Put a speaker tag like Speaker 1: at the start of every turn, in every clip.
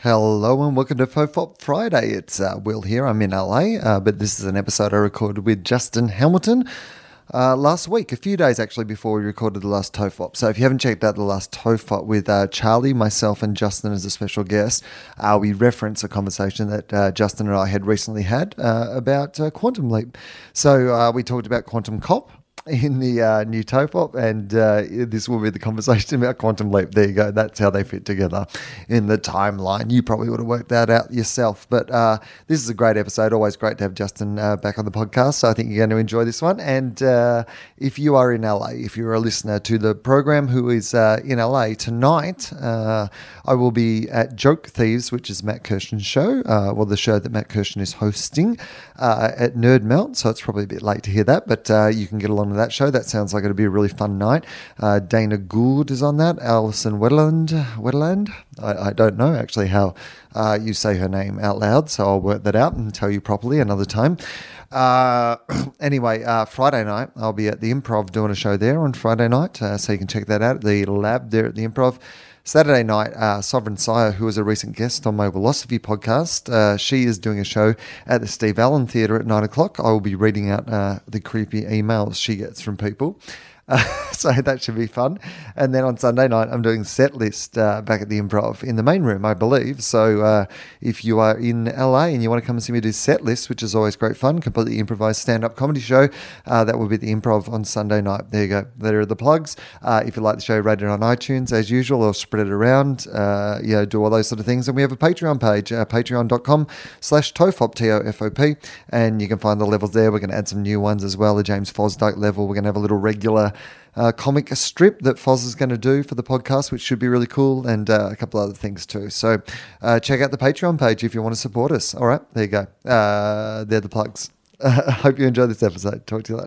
Speaker 1: Hello and welcome to Fofop Friday. It's uh, Will here. I'm in LA, uh, but this is an episode I recorded with Justin Hamilton uh, last week, a few days actually before we recorded the last Tofop. So if you haven't checked out the last Tofop with uh, Charlie, myself, and Justin as a special guest, uh, we reference a conversation that uh, Justin and I had recently had uh, about uh, Quantum Leap. So uh, we talked about Quantum Cop in the uh, new Topop, and uh, this will be the conversation about Quantum Leap. There you go. That's how they fit together in the timeline. You probably would have worked that out yourself. But uh, this is a great episode. Always great to have Justin uh, back on the podcast. So I think you're going to enjoy this one. And uh, if you are in LA, if you're a listener to the program who is uh, in LA tonight, uh, I will be at Joke Thieves, which is Matt Kirshen's show, uh, well, the show that Matt Kirshen is hosting uh, at Nerd Melt. So it's probably a bit late to hear that, but uh, you can get along to that show. That sounds like it'll be a really fun night. Uh, Dana Gould is on that. Alison Wedland. Wedland? I, I don't know actually how uh, you say her name out loud, so I'll work that out and tell you properly another time. Uh, anyway, uh, Friday night, I'll be at the improv doing a show there on Friday night. Uh, so you can check that out at the lab there at the improv. Saturday night, uh, Sovereign Sire, who was a recent guest on my Philosophy podcast, uh, she is doing a show at the Steve Allen Theatre at nine o'clock. I will be reading out uh, the creepy emails she gets from people. Uh, so that should be fun. And then on Sunday night, I'm doing set list uh, back at the improv in the main room, I believe. So uh, if you are in LA and you want to come and see me do set list, which is always great fun, completely improvised stand up comedy show, uh, that will be at the improv on Sunday night. There you go. There are the plugs. Uh, if you like the show, rate it on iTunes as usual or spread it around, uh, you know, do all those sort of things. And we have a Patreon page, uh, patreon.com slash tofop, T O F O P. And you can find the levels there. We're going to add some new ones as well, the James Fosdyke level. We're going to have a little regular uh, comic strip that Foz is going to do for the podcast, which should be really cool, and uh, a couple other things too. So uh, check out the Patreon page if you want to support us. All right, there you go. Uh, they're the plugs. I hope you enjoy this episode. Talk to you later.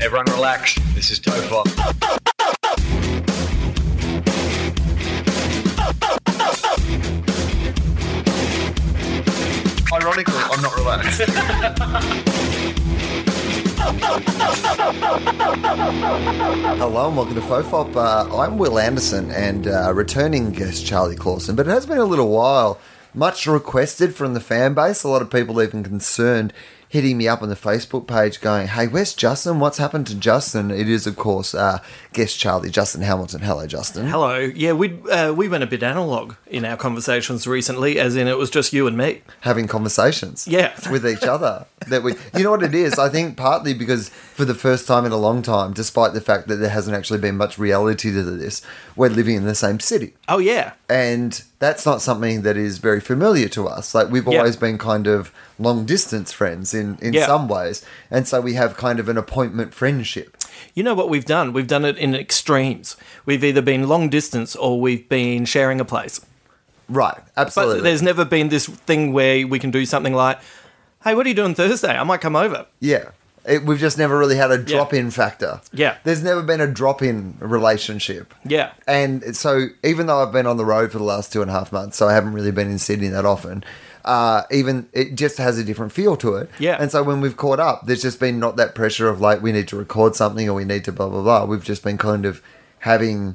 Speaker 2: Everyone relax. This is Topop. Ironically, I'm not relaxed.
Speaker 1: Hello and welcome to Fofop. Uh, I'm Will Anderson and uh, returning guest Charlie Clausen, but it has been a little while. Much requested from the fan base. A lot of people even concerned hitting me up on the Facebook page going, Hey, where's Justin? What's happened to Justin? It is, of course, uh, guest Charlie, Justin Hamilton. Hello, Justin.
Speaker 3: Hello. Yeah, we uh, we went a bit analog in our conversations recently, as in it was just you and me.
Speaker 1: having conversations
Speaker 3: Yeah.
Speaker 1: with each other that we you know what it is i think partly because for the first time in a long time despite the fact that there hasn't actually been much reality to this we're living in the same city
Speaker 3: Oh yeah,
Speaker 1: and that's not something that is very familiar to us like we've
Speaker 3: Yeah.
Speaker 1: always been kind of long distance friends in in
Speaker 3: Yeah.
Speaker 1: some ways and so we have kind of an appointment friendship
Speaker 3: you know what we've done? We've done it in extremes. We've either been long distance or we've been sharing a place.
Speaker 1: right
Speaker 3: But
Speaker 1: absolutely
Speaker 3: there's never been this thing where we can do something like, "Hey, what are you doing Thursday? I might come over."
Speaker 1: Yeah. It, we've just never really had a drop in factor.
Speaker 3: Yeah.
Speaker 1: There's never been a drop in relationship.
Speaker 3: Yeah.
Speaker 1: And so even though I've been on the road for the last two and a half months, so I haven't really been in Sydney that often, uh, even it just has a different feel to it.
Speaker 3: Yeah.
Speaker 1: And so when we've caught up, there's just been not that pressure of like, we need to record something or we need to blah, blah, blah. We've just been kind of having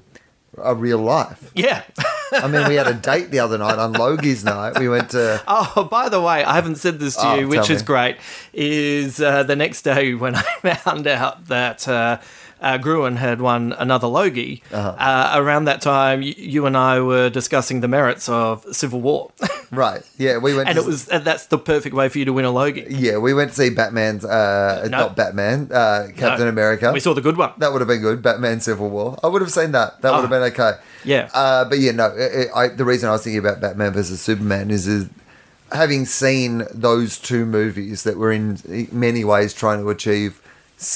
Speaker 1: a real life.
Speaker 3: Yeah.
Speaker 1: I mean, we had a date the other night on Logie's night. We went to.
Speaker 3: Oh, by the way, I haven't said this to
Speaker 1: Oh,
Speaker 3: you,
Speaker 1: tell
Speaker 3: which is
Speaker 1: me.
Speaker 3: great. Is uh, the next day when I found out that uh, uh, Gruen had won another Logie. uh
Speaker 1: Uh-huh.
Speaker 3: around that time, y- you and I were discussing the merits of Civil War,
Speaker 1: Right. Yeah. We went
Speaker 3: and
Speaker 1: to,
Speaker 3: it was and that's the perfect way for you to win a Logie.
Speaker 1: Yeah, we went to see Batman's, uh,
Speaker 3: No.
Speaker 1: not Batman, uh, Captain
Speaker 3: No.
Speaker 1: America.
Speaker 3: We saw the good one.
Speaker 1: that would have been good. Batman Civil War. I would have seen that. That would have been okay.
Speaker 3: Ah, Yeah.
Speaker 1: Uh, but yeah, no. i I, the reason I was thinking about Batman versus Superman is, is having seen those two movies that were in many ways trying to achieve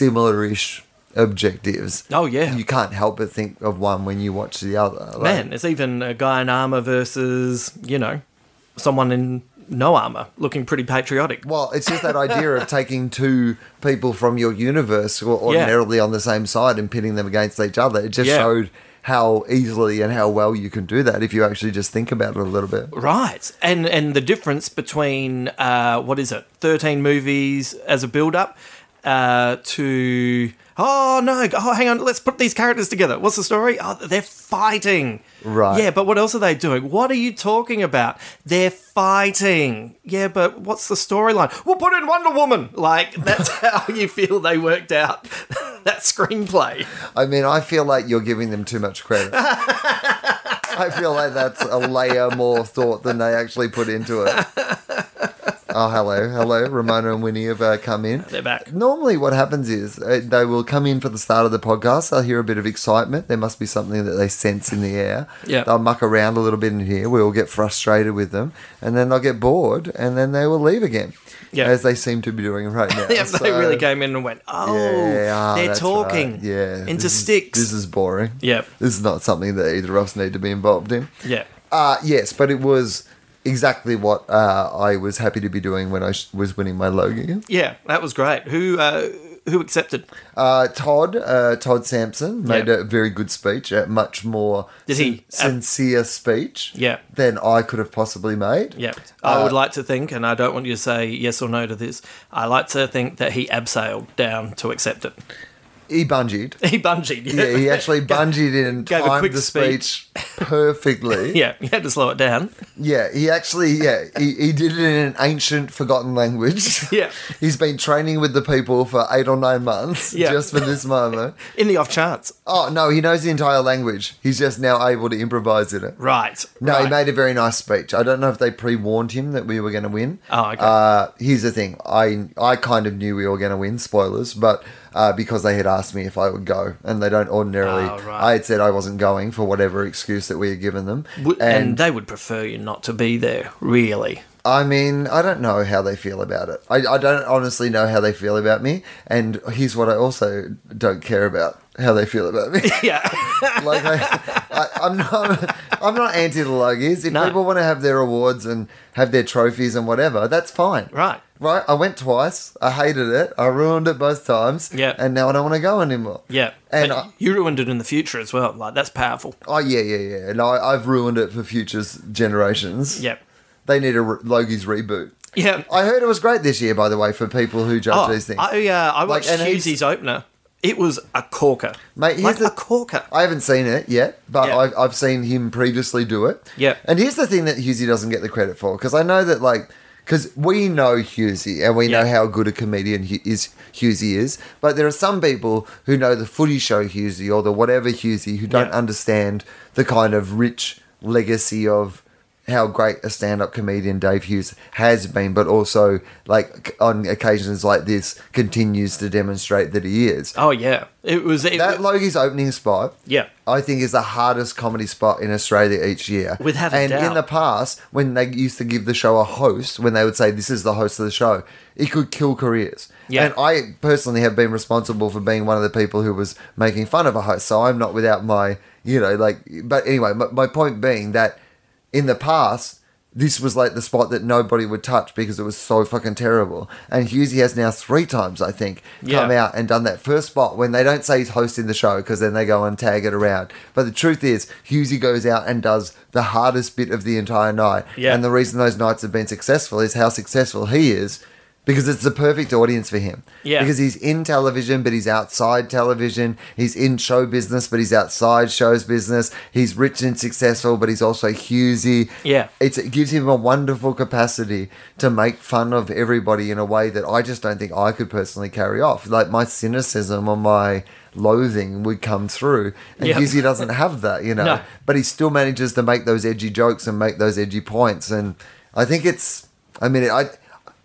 Speaker 1: similar-ish objectives.
Speaker 3: Oh, yeah.
Speaker 1: You can't help but think of one when you watch the other. Like,
Speaker 3: Man, it's even a guy in armor versus you know someone in no armor, looking pretty patriotic.
Speaker 1: Well, it's just that idea of taking two people from your universe who are
Speaker 3: Yeah.
Speaker 1: ordinarily on the same side and pitting them against each other. It just
Speaker 3: Yeah.
Speaker 1: showed how easily and how well you can do that if you actually just think about it a little bit.
Speaker 3: Right, and and the difference between uh, what is it, thirteen movies as a build-up uh, to oh no, oh hang on, let's put these characters together. What's the story? Oh, they're fighting.
Speaker 1: Right.
Speaker 3: Yeah, but what else are they doing? What are you talking about? They're fighting. Yeah, but what's the storyline? We'll put in Wonder Woman. Like that's how you feel they worked out that screenplay.
Speaker 1: I mean, I feel like you're giving them too much credit. I feel like that's a layer more thought than they actually put into it. Oh, hello, hello. Ramona and Winnie have uh, come in.
Speaker 3: They're back.
Speaker 1: Normally, what happens is uh, they will come in for the start of the podcast. They'll hear a bit of excitement. There must be something that they sense in the air.
Speaker 3: Yeah.
Speaker 1: They'll muck around a little bit in here. We all get frustrated with them. And then they'll get bored and then they will leave again.
Speaker 3: Yeah.
Speaker 1: As they seem to be doing right now.
Speaker 3: Yeah, they
Speaker 1: So-
Speaker 3: really came in and went, "Oh,
Speaker 1: ah,
Speaker 3: they're
Speaker 1: that's
Speaker 3: talking
Speaker 1: right. Yeah.
Speaker 3: into
Speaker 1: this is-
Speaker 3: sticks."
Speaker 1: This is boring.
Speaker 3: Yep.
Speaker 1: This is not something that either of us need to be involved in.
Speaker 3: yeah,
Speaker 1: Uh, yes, but it was exactly what uh, I was happy to be doing when I sh- was winning my Logie.
Speaker 3: yeah, that was great. Who uh, who accepted?
Speaker 1: Uh, Todd, uh, Todd Sampson made
Speaker 3: Yep.
Speaker 1: a very good speech, a much more
Speaker 3: Did he?
Speaker 1: sincere speech
Speaker 3: Yeah.
Speaker 1: than I could have possibly made.
Speaker 3: Yeah, I
Speaker 1: Uh,
Speaker 3: would like to think, and I don't want you to say yes or no to this. I like to think that he abseiled down to accept it.
Speaker 1: He bungeed.
Speaker 3: He bungeed.
Speaker 1: Yeah, he actually bungeed in and
Speaker 3: Gave a
Speaker 1: timed
Speaker 3: quick
Speaker 1: the speech perfectly.
Speaker 3: yeah, you had to slow it down.
Speaker 1: Yeah, he actually, yeah, he, he did it in an ancient, forgotten language.
Speaker 3: Yeah.
Speaker 1: He's been training with the people for eight or nine months
Speaker 3: Yeah.
Speaker 1: just for this moment.
Speaker 3: In the off chance,
Speaker 1: Oh, no, he knows the entire language. He's just now able to improvise in it.
Speaker 3: right?
Speaker 1: No,
Speaker 3: right.
Speaker 1: he made a very nice speech. I don't know if they pre warned him that we were going to win.
Speaker 3: Oh, okay.
Speaker 1: Uh, here's the thing I, I kind of knew we were going to win, spoilers, but uh, because they had asked me if I would go, and they don't ordinarily.
Speaker 3: Oh, right.
Speaker 1: I had said I wasn't going for whatever excuse that we had given them.
Speaker 3: Would- and, they would prefer you not to be there, really.
Speaker 1: I mean, I don't know how they feel about it. I, I don't honestly know how they feel about me. And here's what I also don't care about how they feel about me.
Speaker 3: Yeah,
Speaker 1: like, I, I, I'm not, I'm not anti the Logies. If
Speaker 3: No.
Speaker 1: people want to have their awards and have their trophies and whatever, that's fine.
Speaker 3: Right.
Speaker 1: Right. I went twice. I hated it. I ruined it both times.
Speaker 3: Yeah.
Speaker 1: And now I don't want to go anymore.
Speaker 3: yeah.
Speaker 1: And
Speaker 3: But
Speaker 1: I-
Speaker 3: you ruined it in the future as well. Like that's powerful.
Speaker 1: Oh yeah, yeah, yeah. And I, I've ruined it for future generations.
Speaker 3: Yep.
Speaker 1: They need a re- Logies reboot.
Speaker 3: Yeah.
Speaker 1: I heard it was great this year, by the way, for people who judge
Speaker 3: Oh,
Speaker 1: these things. I,
Speaker 3: I, uh, I watched
Speaker 1: and he's-
Speaker 3: Hughesy's opener. It was a corker.
Speaker 1: Mate, here's
Speaker 3: like
Speaker 1: the-
Speaker 3: a corker.
Speaker 1: haven't seen it yet, but
Speaker 3: Yeah.
Speaker 1: I've, I've seen him previously do it.
Speaker 3: Yeah.
Speaker 1: And here's the thing that Husey doesn't get the credit for, because I know that, like, because we know Husey and we know
Speaker 3: Yeah.
Speaker 1: how good a comedian he is Husey is, but there are some people who know the footy show Husey or the whatever Husey who don't
Speaker 3: Yeah.
Speaker 1: understand the kind of rich legacy of how great a stand-up comedian Dave Hughes has been, but also like c- on occasions like this continues to demonstrate that he is.
Speaker 3: Oh yeah, it was. It,
Speaker 1: That Logie's opening spot,
Speaker 3: Yeah.
Speaker 1: I think is the hardest comedy spot in Australia each year.
Speaker 3: Without a
Speaker 1: and
Speaker 3: doubt.
Speaker 1: in the past, when they used to give the show a host, when they would say this is the host of the show, it could kill careers.
Speaker 3: Yeah.
Speaker 1: And I personally have been responsible for being one of the people who was making fun of a host, so I'm not without my, you know, like. But anyway, my, my point being that in the past. This was like the spot that nobody would touch because it was so fucking terrible. And Husey has now three times, I think, come
Speaker 3: Yeah.
Speaker 1: out and done that first spot when they don't say he's hosting the show because then they go and tag it around. But the truth is, Husey goes out and does the hardest bit of the entire night.
Speaker 3: Yeah.
Speaker 1: And the reason those nights have been successful is how successful he is because it's the perfect audience for him.
Speaker 3: Yeah.
Speaker 1: Because he's in television, but he's outside television. He's in show business, but he's outside shows business. He's rich and successful, but he's also Husey.
Speaker 3: Yeah.
Speaker 1: It's, it gives him a wonderful capacity to make fun of everybody in a way that I just don't think I could personally carry off. Like my cynicism or my loathing would come through. And
Speaker 3: Yeah.
Speaker 1: Husey doesn't have that, you know.
Speaker 3: No.
Speaker 1: But he still manages to make those edgy jokes and make those edgy points. And I think it's, I mean, I,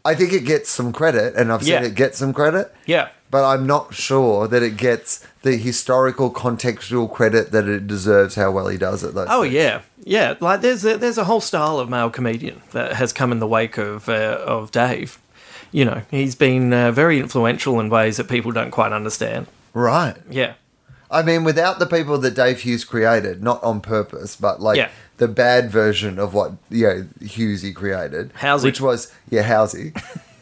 Speaker 1: I think it gets some credit, and I've seen
Speaker 3: Yeah.
Speaker 1: it get some credit.
Speaker 3: Yeah.
Speaker 1: But I'm not sure that it gets the historical contextual credit that it deserves. How well he does it, though.
Speaker 3: Oh yeah, yeah. Like there's a, there's a whole style of male comedian that has come in the wake of uh, of Dave. You know, he's been uh, very influential in ways that people don't quite understand.
Speaker 1: right.
Speaker 3: Yeah,
Speaker 1: I mean, without the people that Dave Hughes created, not on purpose, but like
Speaker 3: Yeah.
Speaker 1: the bad version of what you know Hughesy created,
Speaker 3: Housey.
Speaker 1: which was yeah Housey.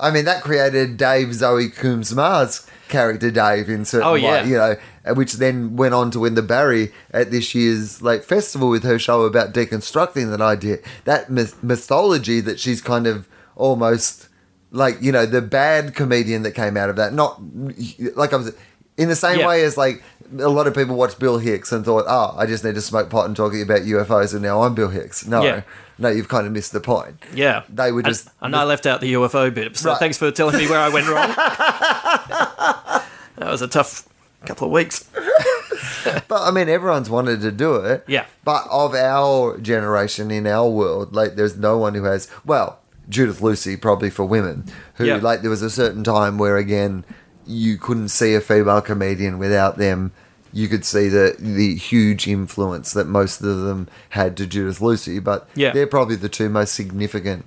Speaker 1: I mean, that created Dave Zoe Coombs Mars character Dave in certain
Speaker 3: Oh,
Speaker 1: light,
Speaker 3: yeah.
Speaker 1: you know, and which then went on to win the Barry at this year's late festival with her show about deconstructing that idea, that myth- mythology that she's kind of almost like you know the bad comedian that came out of that. Not like I was in the same
Speaker 3: Yeah.
Speaker 1: way as like a lot of people watched Bill Hicks and thought, oh, I just need to smoke pot and talk about UFOs, and now I'm Bill Hicks. No,
Speaker 3: Yeah.
Speaker 1: no, you've kind of missed the point.
Speaker 3: Yeah.
Speaker 1: They were
Speaker 3: And-
Speaker 1: just-
Speaker 3: And, I left out the UFO bit, so
Speaker 1: Right.
Speaker 3: thanks for telling me where I went wrong. that was a tough couple of weeks.
Speaker 1: But I mean, everyone's wanted to do it.
Speaker 3: Yeah.
Speaker 1: But of our generation in our world, like, there's no one who has. Well, Judith Lucy probably for women, who
Speaker 3: Yeah.
Speaker 1: like there was a certain time where again you couldn't see a female comedian without them. You could see the the huge influence that most of them had to Judith Lucy, but
Speaker 3: Yeah.
Speaker 1: they're probably the two most significant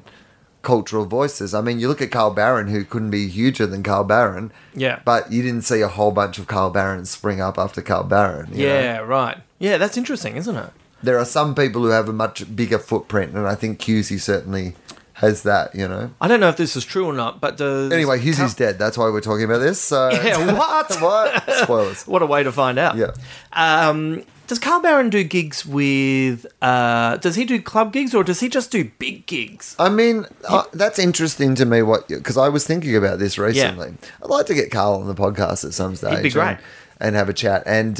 Speaker 1: cultural voices. I mean, you look at Carl Barron, who couldn't be huger than Carl Barron.
Speaker 3: Yeah.
Speaker 1: But you didn't see a whole bunch of Carl Barrons spring up after Carl Barron. you know?
Speaker 3: Yeah, right. Yeah, that's interesting, isn't it?
Speaker 1: there are some people who have a much bigger footprint, and I think Husey certainly has that, you know.
Speaker 3: I don't know if this is true or not, but does.
Speaker 1: Anyway, Husey's dead. That's why we're talking about this. So
Speaker 3: Yeah, what?
Speaker 1: what? Spoilers.
Speaker 3: What a way to find out.
Speaker 1: Yeah.
Speaker 3: Um, does Carl Barron do gigs with. Uh, does he do club gigs or does he just do big gigs?
Speaker 1: I mean, uh, that's interesting to me. What? Because I was thinking about this recently. I'd like to get Carl on the podcast at some stage.
Speaker 3: be great.
Speaker 1: And, and have a chat. And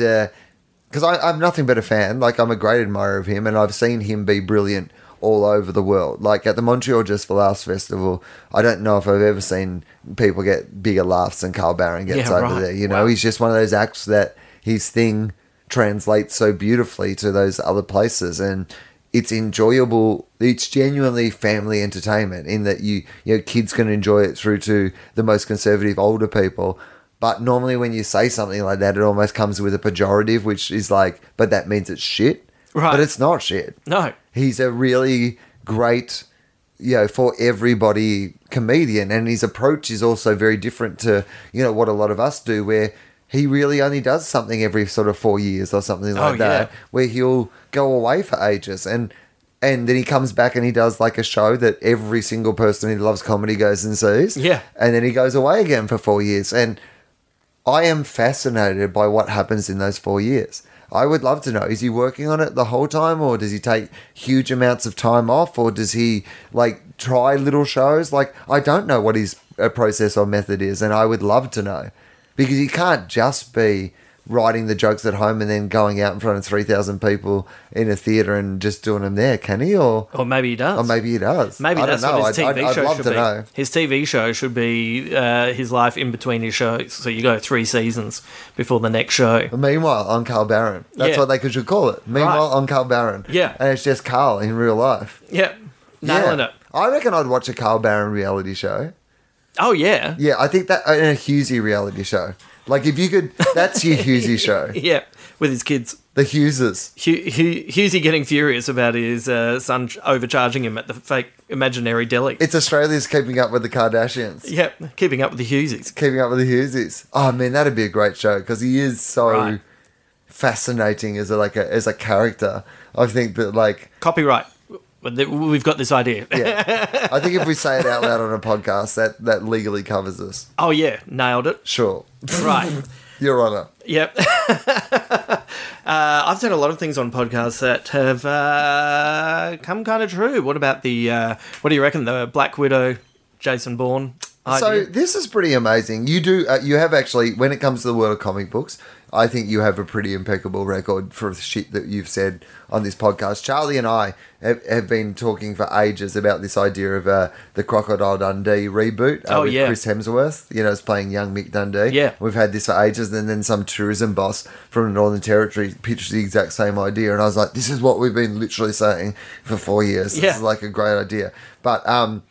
Speaker 1: because I I'm nothing but a fan. Like I'm a great admirer of him, and I've seen him be brilliant all over the world. Like at the Montreal Just for Laughs festival, I don't know if I've ever seen people get bigger laughs than Carl Barron gets
Speaker 3: Yeah,
Speaker 1: over
Speaker 3: right.
Speaker 1: there. You know,
Speaker 3: Wow.
Speaker 1: he's just one of those acts that his thing translates so beautifully to those other places and it's enjoyable it's genuinely family entertainment in that you you know kids can enjoy it through to the most conservative older people but normally when you say something like that it almost comes with a pejorative which is like but that means it's shit
Speaker 3: Right.
Speaker 1: but it's not shit
Speaker 3: No.
Speaker 1: he's a really great you know for everybody comedian and his approach is also very different to you know what a lot of us do where he really only does something every sort of four years or something like
Speaker 3: Oh,
Speaker 1: that
Speaker 3: yeah.
Speaker 1: where he'll go away for ages and and then he comes back and he does like a show that every single person who loves comedy goes and sees
Speaker 3: Yeah.
Speaker 1: and then he goes away again for four years and I am fascinated by what happens in those four years. I would love to know is he working on it the whole time, or does he take huge amounts of time off, or does he like try little shows? Like, I don't know what his uh, process or method is, and I would love to know because he can't just be writing the jokes at home and then going out in front of 3,000 people in a theater and just doing them there, can he? Or,
Speaker 3: Or maybe he does.
Speaker 1: or maybe he does.
Speaker 3: Maybe
Speaker 1: I
Speaker 3: that's
Speaker 1: don't know.
Speaker 3: what his TV
Speaker 1: I'd, I'd,
Speaker 3: show
Speaker 1: I'd love
Speaker 3: should
Speaker 1: to
Speaker 3: be.
Speaker 1: know.
Speaker 3: His TV show should be uh, his life in between his shows. So you go three seasons before the next show.
Speaker 1: Meanwhile, on Carl Barron. That's
Speaker 3: Yeah.
Speaker 1: what they could should call it. Meanwhile,
Speaker 3: Right.
Speaker 1: on Carl Barron.
Speaker 3: Yeah.
Speaker 1: And it's just Carl in real life.
Speaker 3: Yeah, nailing
Speaker 1: yeah.
Speaker 3: it.
Speaker 1: I reckon I'd watch a Carl Barron reality show.
Speaker 3: Oh yeah,
Speaker 1: Yeah, I think that and a Husey reality show. Like if you could, that's your Husey show.
Speaker 3: yeah, with his kids.
Speaker 1: The Hugheses.
Speaker 3: Hu- Hu- Husey getting furious about his uh, son ch- overcharging him at the fake imaginary deli.
Speaker 1: It's Australia's keeping up with the Kardashians.
Speaker 3: Yep, keeping up with the Huseys.
Speaker 1: Keeping up with the Hugheses. Oh man, that'd be a great show because he is so
Speaker 3: Right.
Speaker 1: fascinating as a, like a, as a character. I think that like
Speaker 3: Copyright. We've got this idea.
Speaker 1: yeah, I think if we say it out loud on a podcast, that that legally covers us.
Speaker 3: oh yeah, nailed it.
Speaker 1: Sure.
Speaker 3: Right.
Speaker 1: Your Honor.
Speaker 3: Yep. uh, I've said a lot of things on podcasts that have uh, come kind of true. What about the, uh, what do you reckon, the Black Widow, Jason Bourne
Speaker 1: So
Speaker 3: idea?
Speaker 1: this is pretty amazing. You do, uh, you have actually, when it comes to the world of comic books, I think you have a pretty impeccable record for the shit that you've said on this podcast. Charlie and I have, have been talking for ages about this idea of uh, the Crocodile Dundee reboot. Uh,
Speaker 3: Oh,
Speaker 1: with
Speaker 3: yeah.
Speaker 1: Chris Hemsworth, you know, is playing young Mick Dundee.
Speaker 3: Yeah.
Speaker 1: We've had this for ages, and then some tourism boss from the Northern Territory pitched the exact same idea, and I was like, "This is what we've been literally saying for four years.
Speaker 3: Yeah.
Speaker 1: This is like a great idea." But um,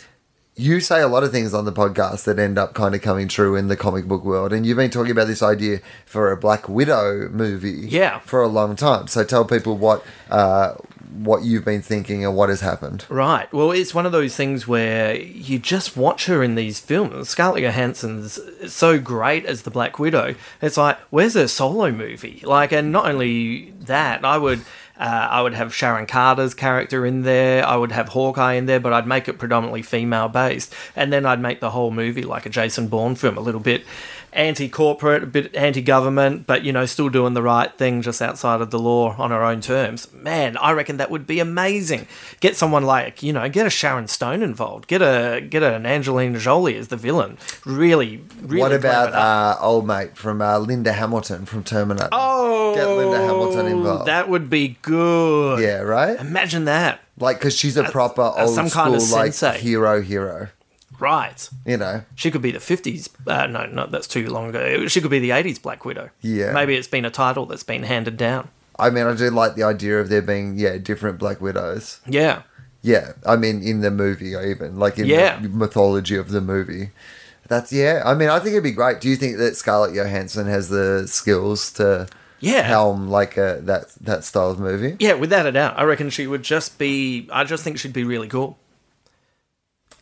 Speaker 1: you say a lot of things on the podcast that end up kind of coming true in the comic book world, and you've been talking about this idea for a Black Widow movie,
Speaker 3: Yeah.
Speaker 1: for a long time. So tell people what uh, what you've been thinking and what has happened.
Speaker 3: Right. Well, it's one of those things where you just watch her in these films. Scarlett Johansson's so great as the Black Widow. It's like, where's her solo movie? Like, and not only that, I would Uh, I would have Sharon Carter's character in there. I would have Hawkeye in there, but I'd make it predominantly female based. And then I'd make the whole movie like a Jason Bourne film, a little bit anti corporate, a bit anti government, but you know, still doing the right thing just outside of the law on her own terms. Man, I reckon that would be amazing. Get someone like, you know, get a Sharon Stone involved. Get a get an Angelina Jolie as the villain. Really, really
Speaker 1: what
Speaker 3: clever
Speaker 1: about
Speaker 3: that.
Speaker 1: uh, old mate from uh, Linda Hamilton from Terminator?
Speaker 3: Oh,
Speaker 1: get Linda Hamilton involved.
Speaker 3: That would be good.
Speaker 1: yeah, right.
Speaker 3: Imagine that.
Speaker 1: Like because she's a proper
Speaker 3: as
Speaker 1: old
Speaker 3: some
Speaker 1: school
Speaker 3: kind of
Speaker 1: like
Speaker 3: sensei.
Speaker 1: hero hero.
Speaker 3: Right.
Speaker 1: You know,
Speaker 3: She could be the 50s. Uh, no, no, that's too long ago. She could be the 80s Black Widow.
Speaker 1: Yeah.
Speaker 3: Maybe it's been a title that's been handed down.
Speaker 1: I mean, I do like the idea of there being yeah different Black Widows.
Speaker 3: Yeah.
Speaker 1: Yeah, I mean in the movie even like in
Speaker 3: Yeah.
Speaker 1: the mythology of the movie. That's yeah. I mean, I think it'd be great. Do you think that Scarlett Johansson has the skills to
Speaker 3: Yeah.
Speaker 1: helm like a, that that style of movie?
Speaker 3: Yeah, without a doubt. I reckon she would just be. I just think she'd be really cool.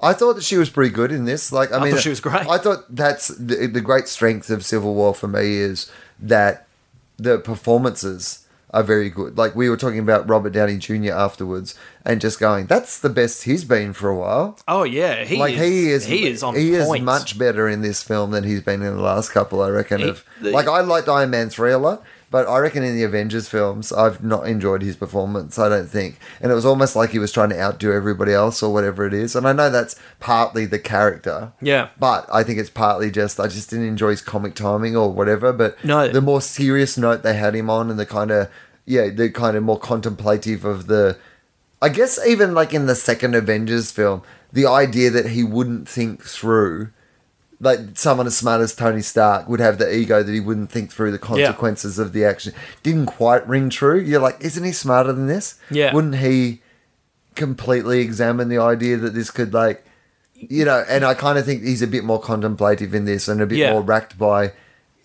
Speaker 1: I thought that she was pretty good in this. Like, I, mean,
Speaker 3: thought she was great.
Speaker 1: I thought that's the, the great strength of Civil War for me is that the performances are very good. Like we were talking about Robert Downey Jr. afterwards, and just going, "That's the best he's been for a while."
Speaker 3: Oh yeah, he
Speaker 1: like
Speaker 3: is,
Speaker 1: he is,
Speaker 3: He is on.
Speaker 1: he
Speaker 3: point.
Speaker 1: is much better in this film than he's been in the last couple. I reckon.
Speaker 3: He-
Speaker 1: of
Speaker 3: the-
Speaker 1: like, I liked Iron Man three a lot, but I reckon in the Avengers films, I've not enjoyed his performance. I don't think, and it was almost like he was trying to outdo everybody else or whatever it is. And I know that's partly the character.
Speaker 3: Yeah.
Speaker 1: but I think it's partly just I just didn't enjoy his comic timing or whatever. But
Speaker 3: No.
Speaker 1: the more serious note they had him on, and the kind of yeah, the kind of more contemplative of the I guess even like in the second Avengers film, the idea that he wouldn't think through, like someone as smart as Tony Stark would have the ego that he wouldn't think through the consequences of the action, didn't quite ring true. You're like, isn't he smarter than this?
Speaker 3: Yeah.
Speaker 1: Wouldn't he completely examine the idea that this could like, you know? And I kind of think he's a bit more contemplative in this and a bit
Speaker 3: Yeah.
Speaker 1: more racked by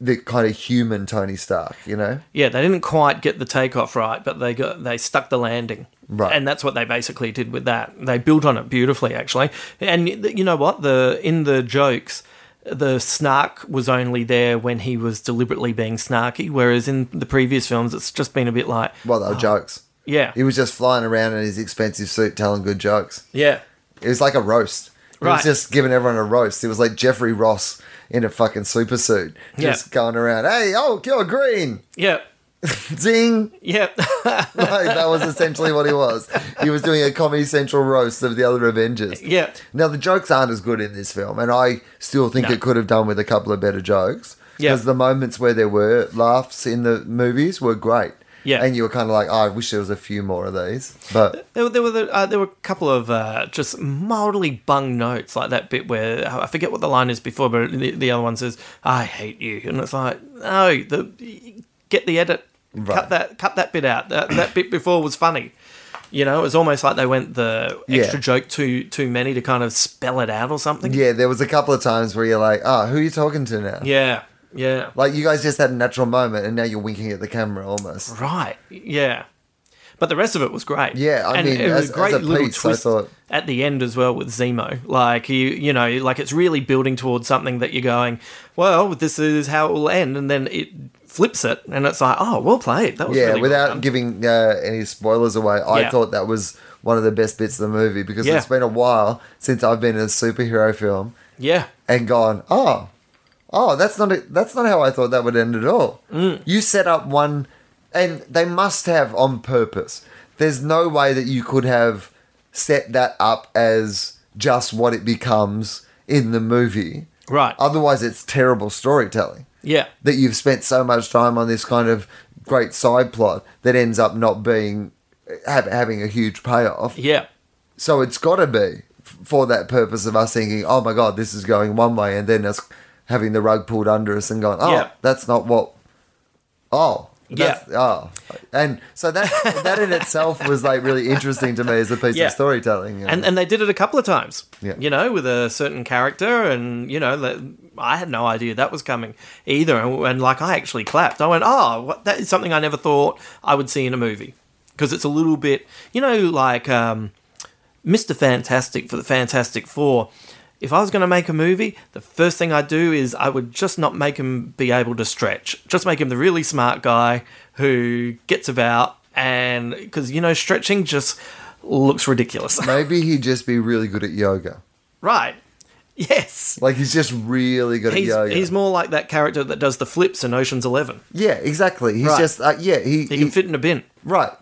Speaker 1: the kind of human Tony Stark, you know?
Speaker 3: Yeah, they didn't quite get the takeoff right, but they got they stuck the landing.
Speaker 1: Right.
Speaker 3: And that's what they basically did with that. They built on it beautifully, actually. And y- you know what? The in the jokes, the snark was only there when he was deliberately being snarky, whereas in the previous films, it's just been a bit like,
Speaker 1: Well, they were jokes.
Speaker 3: yeah,
Speaker 1: He was just flying around in his expensive suit telling good jokes.
Speaker 3: yeah,
Speaker 1: It was like a roast. It was
Speaker 3: Right.
Speaker 1: just giving everyone a roast. It was like Jeffrey Ross in a fucking super suit, just
Speaker 3: Yeah.
Speaker 1: going around. Hey, oh, you're green,
Speaker 3: yeah,
Speaker 1: zing!
Speaker 3: yeah.
Speaker 1: Like that was essentially what he was. He was doing a Comedy Central roast of the other Avengers.
Speaker 3: Yeah.
Speaker 1: Now the jokes aren't as good in this film, and I still think
Speaker 3: No.
Speaker 1: it could have done with a couple of better jokes.
Speaker 3: Yeah.
Speaker 1: Because the moments where there were laughs in the movies were great.
Speaker 3: Yeah.
Speaker 1: And you were kind of like, oh, I wish there was a few more of these, but.
Speaker 3: There were there were, the, uh, there were a couple of uh, just mildly bung notes like that bit where uh, I forget what the line is before, but the, the other one says "I hate you," and it's like no, the get the edit,
Speaker 1: Right.
Speaker 3: cut that cut that bit out. That that bit before was funny. You know, it was almost like they went the extra
Speaker 1: Yeah.
Speaker 3: joke too too many to kind of spell it out or something.
Speaker 1: Yeah, there was a couple of times where you're like, oh, who are you talking to now?
Speaker 3: yeah, yeah.
Speaker 1: Like you guys just had a natural moment, and now you're winking at the camera almost.
Speaker 3: Right. Yeah. But the rest of it was great.
Speaker 1: Yeah, I
Speaker 3: and
Speaker 1: mean,
Speaker 3: it
Speaker 1: as-
Speaker 3: was
Speaker 1: as
Speaker 3: a great
Speaker 1: a
Speaker 3: little
Speaker 1: piece, I
Speaker 3: twist
Speaker 1: thought-
Speaker 3: at the end as well with Zemo. Like you, you know, like it's really building towards something that you're going, well, this is how it will end, and then it flips it, and it's like, oh, well played. That was
Speaker 1: Yeah,
Speaker 3: really well
Speaker 1: without
Speaker 3: done.
Speaker 1: giving uh, any spoilers away, I
Speaker 3: Yeah.
Speaker 1: thought that was one of the best bits of the movie because
Speaker 3: Yeah.
Speaker 1: it's been a while since I've been in a superhero film
Speaker 3: yeah,
Speaker 1: and gone, oh, oh, that's not a, that's not how I thought that would end at all. You set up one, and they must have on purpose. There's no way that you could have set that up as just what it becomes in the movie.
Speaker 3: right,
Speaker 1: Otherwise, it's terrible storytelling
Speaker 3: yeah,
Speaker 1: that you've spent so much time on this kind of great side plot that ends up not being have, having a huge payoff.
Speaker 3: yeah,
Speaker 1: So it's got to be f- for that purpose of us thinking, oh my god, this is going one way, and then us having the rug pulled under us and going, oh,
Speaker 3: Yeah.
Speaker 1: that's not what. Oh.
Speaker 3: Yeah.
Speaker 1: that's- Oh, and so that that in itself was like really interesting to me as a piece
Speaker 3: Yeah.
Speaker 1: of storytelling. you know.
Speaker 3: and and they did it a couple of times.
Speaker 1: Yeah.
Speaker 3: you know, with a certain character, and you know, that- I had no idea that was coming either, and, and like I actually clapped. I went, oh, what, that is something I never thought I would see in a movie because it's a little bit, you know, like. Um, Mr. Fantastic for the Fantastic Four. If I was going to make a movie, the first thing I'd do is I would just not make him be able to stretch. Just make him the really smart guy who gets about and because you know stretching just looks ridiculous,
Speaker 1: Maybe he'd just be really good at yoga.
Speaker 3: right? Yes,
Speaker 1: Like he's just really good
Speaker 3: he's
Speaker 1: at yoga.
Speaker 3: he's more like that character that does the flips in Ocean's Eleven.
Speaker 1: yeah, exactly. He's
Speaker 3: Right.
Speaker 1: just uh, yeah. He,
Speaker 3: He
Speaker 1: he-
Speaker 3: can fit in a bin.
Speaker 1: right.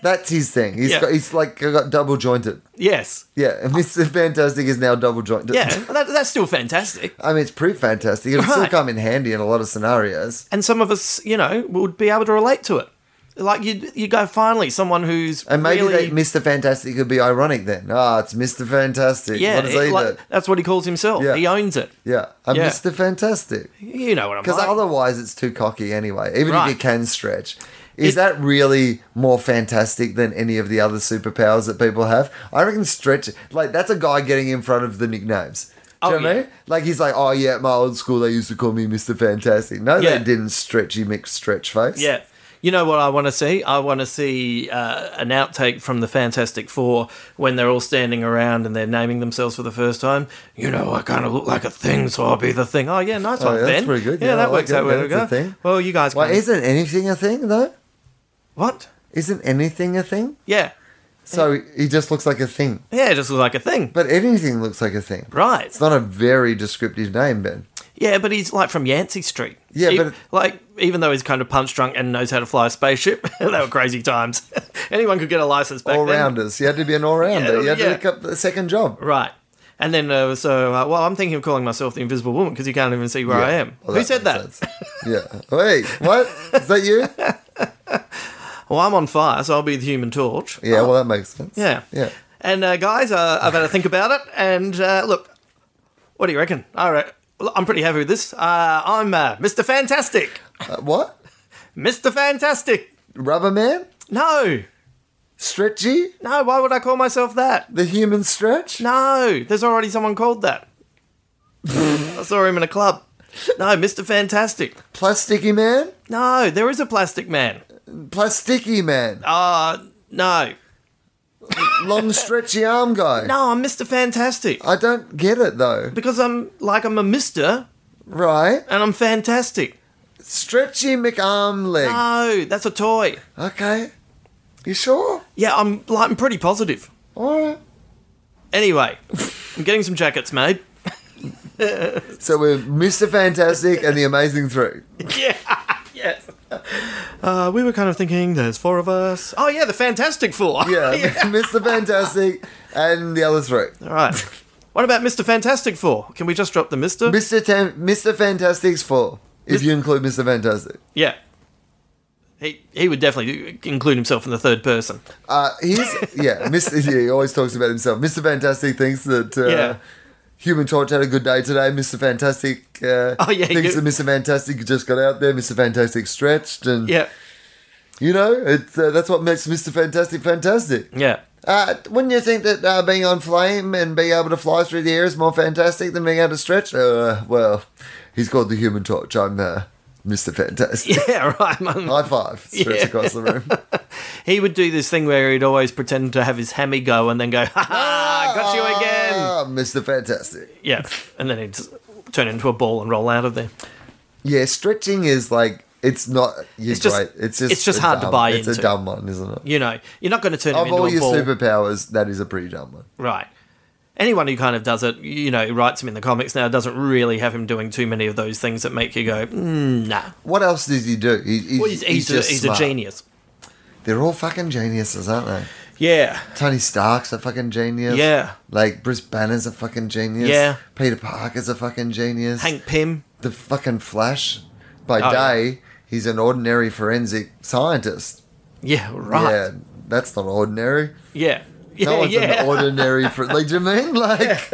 Speaker 1: That's his thing. He's
Speaker 3: Yeah.
Speaker 1: got, he's like got double jointed.
Speaker 3: Yes,
Speaker 1: Yeah, and Mr. Fantastic is now double jointed.
Speaker 3: yeah, that, that's still fantastic.
Speaker 1: I mean, it's pretty fantastic. It'll still
Speaker 3: Right.
Speaker 1: come in handy in a lot of scenarios.
Speaker 3: and some of us, you know, would be able to relate to it. Like you, you go finally someone who's
Speaker 1: And maybe
Speaker 3: really,
Speaker 1: they, Mr. Fantastic could be ironic then. Ah, it's Mr. Fantastic.
Speaker 3: yeah,
Speaker 1: what does
Speaker 3: it-
Speaker 1: he
Speaker 3: like,
Speaker 1: do?
Speaker 3: that's what he calls himself.
Speaker 1: Yeah.
Speaker 3: He owns it.
Speaker 1: Yeah, I'm
Speaker 3: Yeah.
Speaker 1: Mr. Fantastic.
Speaker 3: You know what I'm
Speaker 1: Because
Speaker 3: like.
Speaker 1: otherwise, it's too cocky anyway. Even
Speaker 3: Right.
Speaker 1: if you can stretch, is
Speaker 3: It-
Speaker 1: that really more fantastic than any of the other superpowers that people have? I reckon stretch like that's a guy getting in front of the nicknames. Do you know
Speaker 3: Oh,
Speaker 1: what I
Speaker 3: yeah.
Speaker 1: mean? Like he's like, oh yeah, at my old school they used to call me Mister Fantastic. No,
Speaker 3: Yeah.
Speaker 1: they didn't. Stretchy mixed stretch face.
Speaker 3: yeah, you know what I want to see? I want to see uh, an outtake from the Fantastic Four when they're all standing around and they're naming themselves for the first time. You know, I kind of look like a thing, so I'll be the thing. Oh yeah, nice
Speaker 1: Oh,
Speaker 3: one,
Speaker 1: yeah, that's
Speaker 3: Ben.
Speaker 1: pretty good.
Speaker 3: Yeah,
Speaker 1: Yeah, I
Speaker 3: that
Speaker 1: like
Speaker 3: works
Speaker 1: that.
Speaker 3: out. Where
Speaker 1: Yeah,
Speaker 3: we
Speaker 1: that's
Speaker 3: go.
Speaker 1: a thing.
Speaker 3: Well, you guys,
Speaker 1: Well,
Speaker 3: can't-
Speaker 1: isn't anything a thing though?
Speaker 3: what?
Speaker 1: Isn't anything a thing?
Speaker 3: Yeah,
Speaker 1: So he just looks like a thing.
Speaker 3: yeah, it just looks like a thing.
Speaker 1: But anything looks like a thing.
Speaker 3: Right.
Speaker 1: It's not a very descriptive name, Ben.
Speaker 3: Yeah, but he's like from Yancey Street.
Speaker 1: Yeah,
Speaker 3: E-
Speaker 1: but-
Speaker 3: like even though he's kind of punch drunk and knows how to fly a spaceship, they were crazy times. Anyone could get a license back
Speaker 1: All
Speaker 3: then.
Speaker 1: rounders. You had to be an all rounder.
Speaker 3: Yeah,
Speaker 1: you had
Speaker 3: yeah.
Speaker 1: to pick up the second job.
Speaker 3: Right. And then, uh, so, uh, well, I'm thinking of calling myself the Invisible Woman because you can't even see where I am.
Speaker 1: Well,
Speaker 3: Who said that?
Speaker 1: makes sense. yeah. Wait, what? Is that you?
Speaker 3: Well, I'm on fire, so I'll be the Human Torch.
Speaker 1: Yeah, well, that makes sense.
Speaker 3: Yeah.
Speaker 1: Yeah.
Speaker 3: And uh, guys, uh, I've had a think about it, and uh, look, what do you reckon? All right. Well, I'm pretty happy with this. Uh, I'm uh, Mr. Fantastic.
Speaker 1: Uh, what?
Speaker 3: Mr. Fantastic.
Speaker 1: Rubber Man?
Speaker 3: No.
Speaker 1: Stretchy?
Speaker 3: No, why would I call myself that?
Speaker 1: The human stretch?
Speaker 3: No, there's already someone called that. I saw him in a club. No, Mr. Fantastic.
Speaker 1: Plasticky Man?
Speaker 3: No, there is a plastic man.
Speaker 1: Plasticky Man?
Speaker 3: Uh, No.
Speaker 1: Long stretchy arm guy?
Speaker 3: No, I'm Mr. Fantastic.
Speaker 1: I don't get it though.
Speaker 3: Because I'm like I'm a mister
Speaker 1: Right?
Speaker 3: and I'm fantastic.
Speaker 1: Stretchy McArm
Speaker 3: Oh,
Speaker 1: leg.
Speaker 3: No, that's a toy.
Speaker 1: Okay. You sure?
Speaker 3: Yeah, I'm like I'm pretty positive.
Speaker 1: All right.
Speaker 3: Anyway, I'm getting some jackets made.
Speaker 1: So we're Mr. Fantastic and the Amazing Three.
Speaker 3: Yes. Uh, we were kind of thinking there's four of us. Oh yeah, the Fantastic Four.
Speaker 1: Yeah, Mr. Fantastic and the other three.
Speaker 3: All right. What about Mr. Fantastic Four? Can we just drop the Mister?
Speaker 1: Mr. Tam- Mr. Fantastic's four, if you include Mr. Fantastic.
Speaker 3: Yeah. He he would definitely include himself in the third person.
Speaker 1: Uh, he's yeah, Mr. Yeah, he always talks about himself. Mr. Fantastic thinks that uh,
Speaker 3: Yeah.
Speaker 1: Human Torch had a good day today. Mr. Fantastic uh,
Speaker 3: Oh, yeah,
Speaker 1: thinks
Speaker 3: you-
Speaker 1: that Mr. Fantastic just got out there. Mr. Fantastic stretched, and
Speaker 3: Yeah.
Speaker 1: you know it's, uh, that's what makes Mr. Fantastic fantastic.
Speaker 3: Yeah.
Speaker 1: Uh, wouldn't you think that uh, being on flame and being able to fly through the air is more fantastic than being able to stretch? Uh, well, he's called the Human Torch. I'm uh, Mr. Fantastic.
Speaker 3: Yeah, right. man.
Speaker 1: High five! Stretch
Speaker 3: Yeah.
Speaker 1: across the room.
Speaker 3: He would do this thing where he'd always pretend to have his hammy go and then go, ha ha, got you again.
Speaker 1: Ah, Mr. Fantastic.
Speaker 3: Yeah. And then he'd s- turn into a ball and roll out of there.
Speaker 1: Yeah, stretching is like it's not. You're
Speaker 3: It's just-
Speaker 1: right. It's just
Speaker 3: it's just
Speaker 1: a
Speaker 3: hard to
Speaker 1: dumb-
Speaker 3: buy
Speaker 1: It's
Speaker 3: into.
Speaker 1: a dumb one, isn't it?
Speaker 3: You know, you're not going to turn him
Speaker 1: Of
Speaker 3: into
Speaker 1: all
Speaker 3: a
Speaker 1: your
Speaker 3: ball.
Speaker 1: superpowers, that is a pretty dumb one.
Speaker 3: Right. Anyone who kind of does it, you know, writes him in the comics now, doesn't really have him doing too many of those things that make you go, mm, nah.
Speaker 1: What else does he do? He, he-
Speaker 3: Well, he's, he's, a,
Speaker 1: just
Speaker 3: he's a
Speaker 1: smart.
Speaker 3: genius.
Speaker 1: They're all fucking geniuses, aren't they?
Speaker 3: Yeah.
Speaker 1: Tony Stark's a fucking genius.
Speaker 3: Yeah.
Speaker 1: Like Bruce Banner's a fucking genius.
Speaker 3: Yeah.
Speaker 1: Peter Parker's a fucking genius.
Speaker 3: Hank Pym.
Speaker 1: the fucking Flash, by
Speaker 3: Oh, yeah.
Speaker 1: day he's an ordinary forensic scientist.
Speaker 3: Yeah, right.
Speaker 1: Yeah, that's not ordinary.
Speaker 3: Yeah. Yeah,
Speaker 1: No one's
Speaker 3: yeah.
Speaker 1: an ordinary for like do you mean like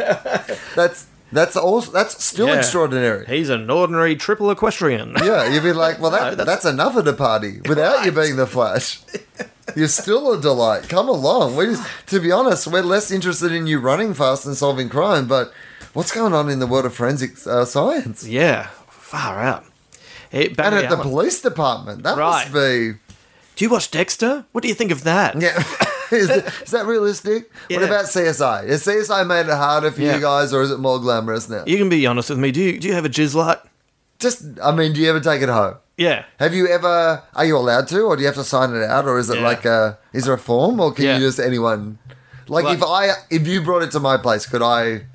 Speaker 1: that's that's also that's still
Speaker 3: Yeah.
Speaker 1: extraordinary.
Speaker 3: He's an ordinary triple equestrian.
Speaker 1: Yeah, you'd be like, well, that,
Speaker 3: No,
Speaker 1: that's,
Speaker 3: that's-
Speaker 1: enough of the party without you being the Flash. You're still a delight. Come along. We just, to be honest, we're less interested in you running fast and solving crime, but what's going on in the world of forensic uh, science?
Speaker 3: Yeah, far out. Hey,
Speaker 1: And
Speaker 3: Barry
Speaker 1: at the
Speaker 3: Allen.
Speaker 1: police department, that must
Speaker 3: Right.
Speaker 1: be.
Speaker 3: Do you watch Dexter? What do you think of that?
Speaker 1: Yeah. is, that, is that realistic? What
Speaker 3: Yeah.
Speaker 1: about CSI? Has CSI made it harder for
Speaker 3: Yeah.
Speaker 1: you guys, or is it more glamorous now?
Speaker 3: You can be honest with me. Do you do you have a jizz light?
Speaker 1: Just, I mean, do you ever take it home?
Speaker 3: Yeah.
Speaker 1: Have you ever? Are you allowed to, or do you have to sign it out, or is it
Speaker 3: Yeah.
Speaker 1: like a? Is there a form, or can
Speaker 3: Yeah.
Speaker 1: you just anyone? Like
Speaker 3: Like-
Speaker 1: if I if you brought it to my place, could I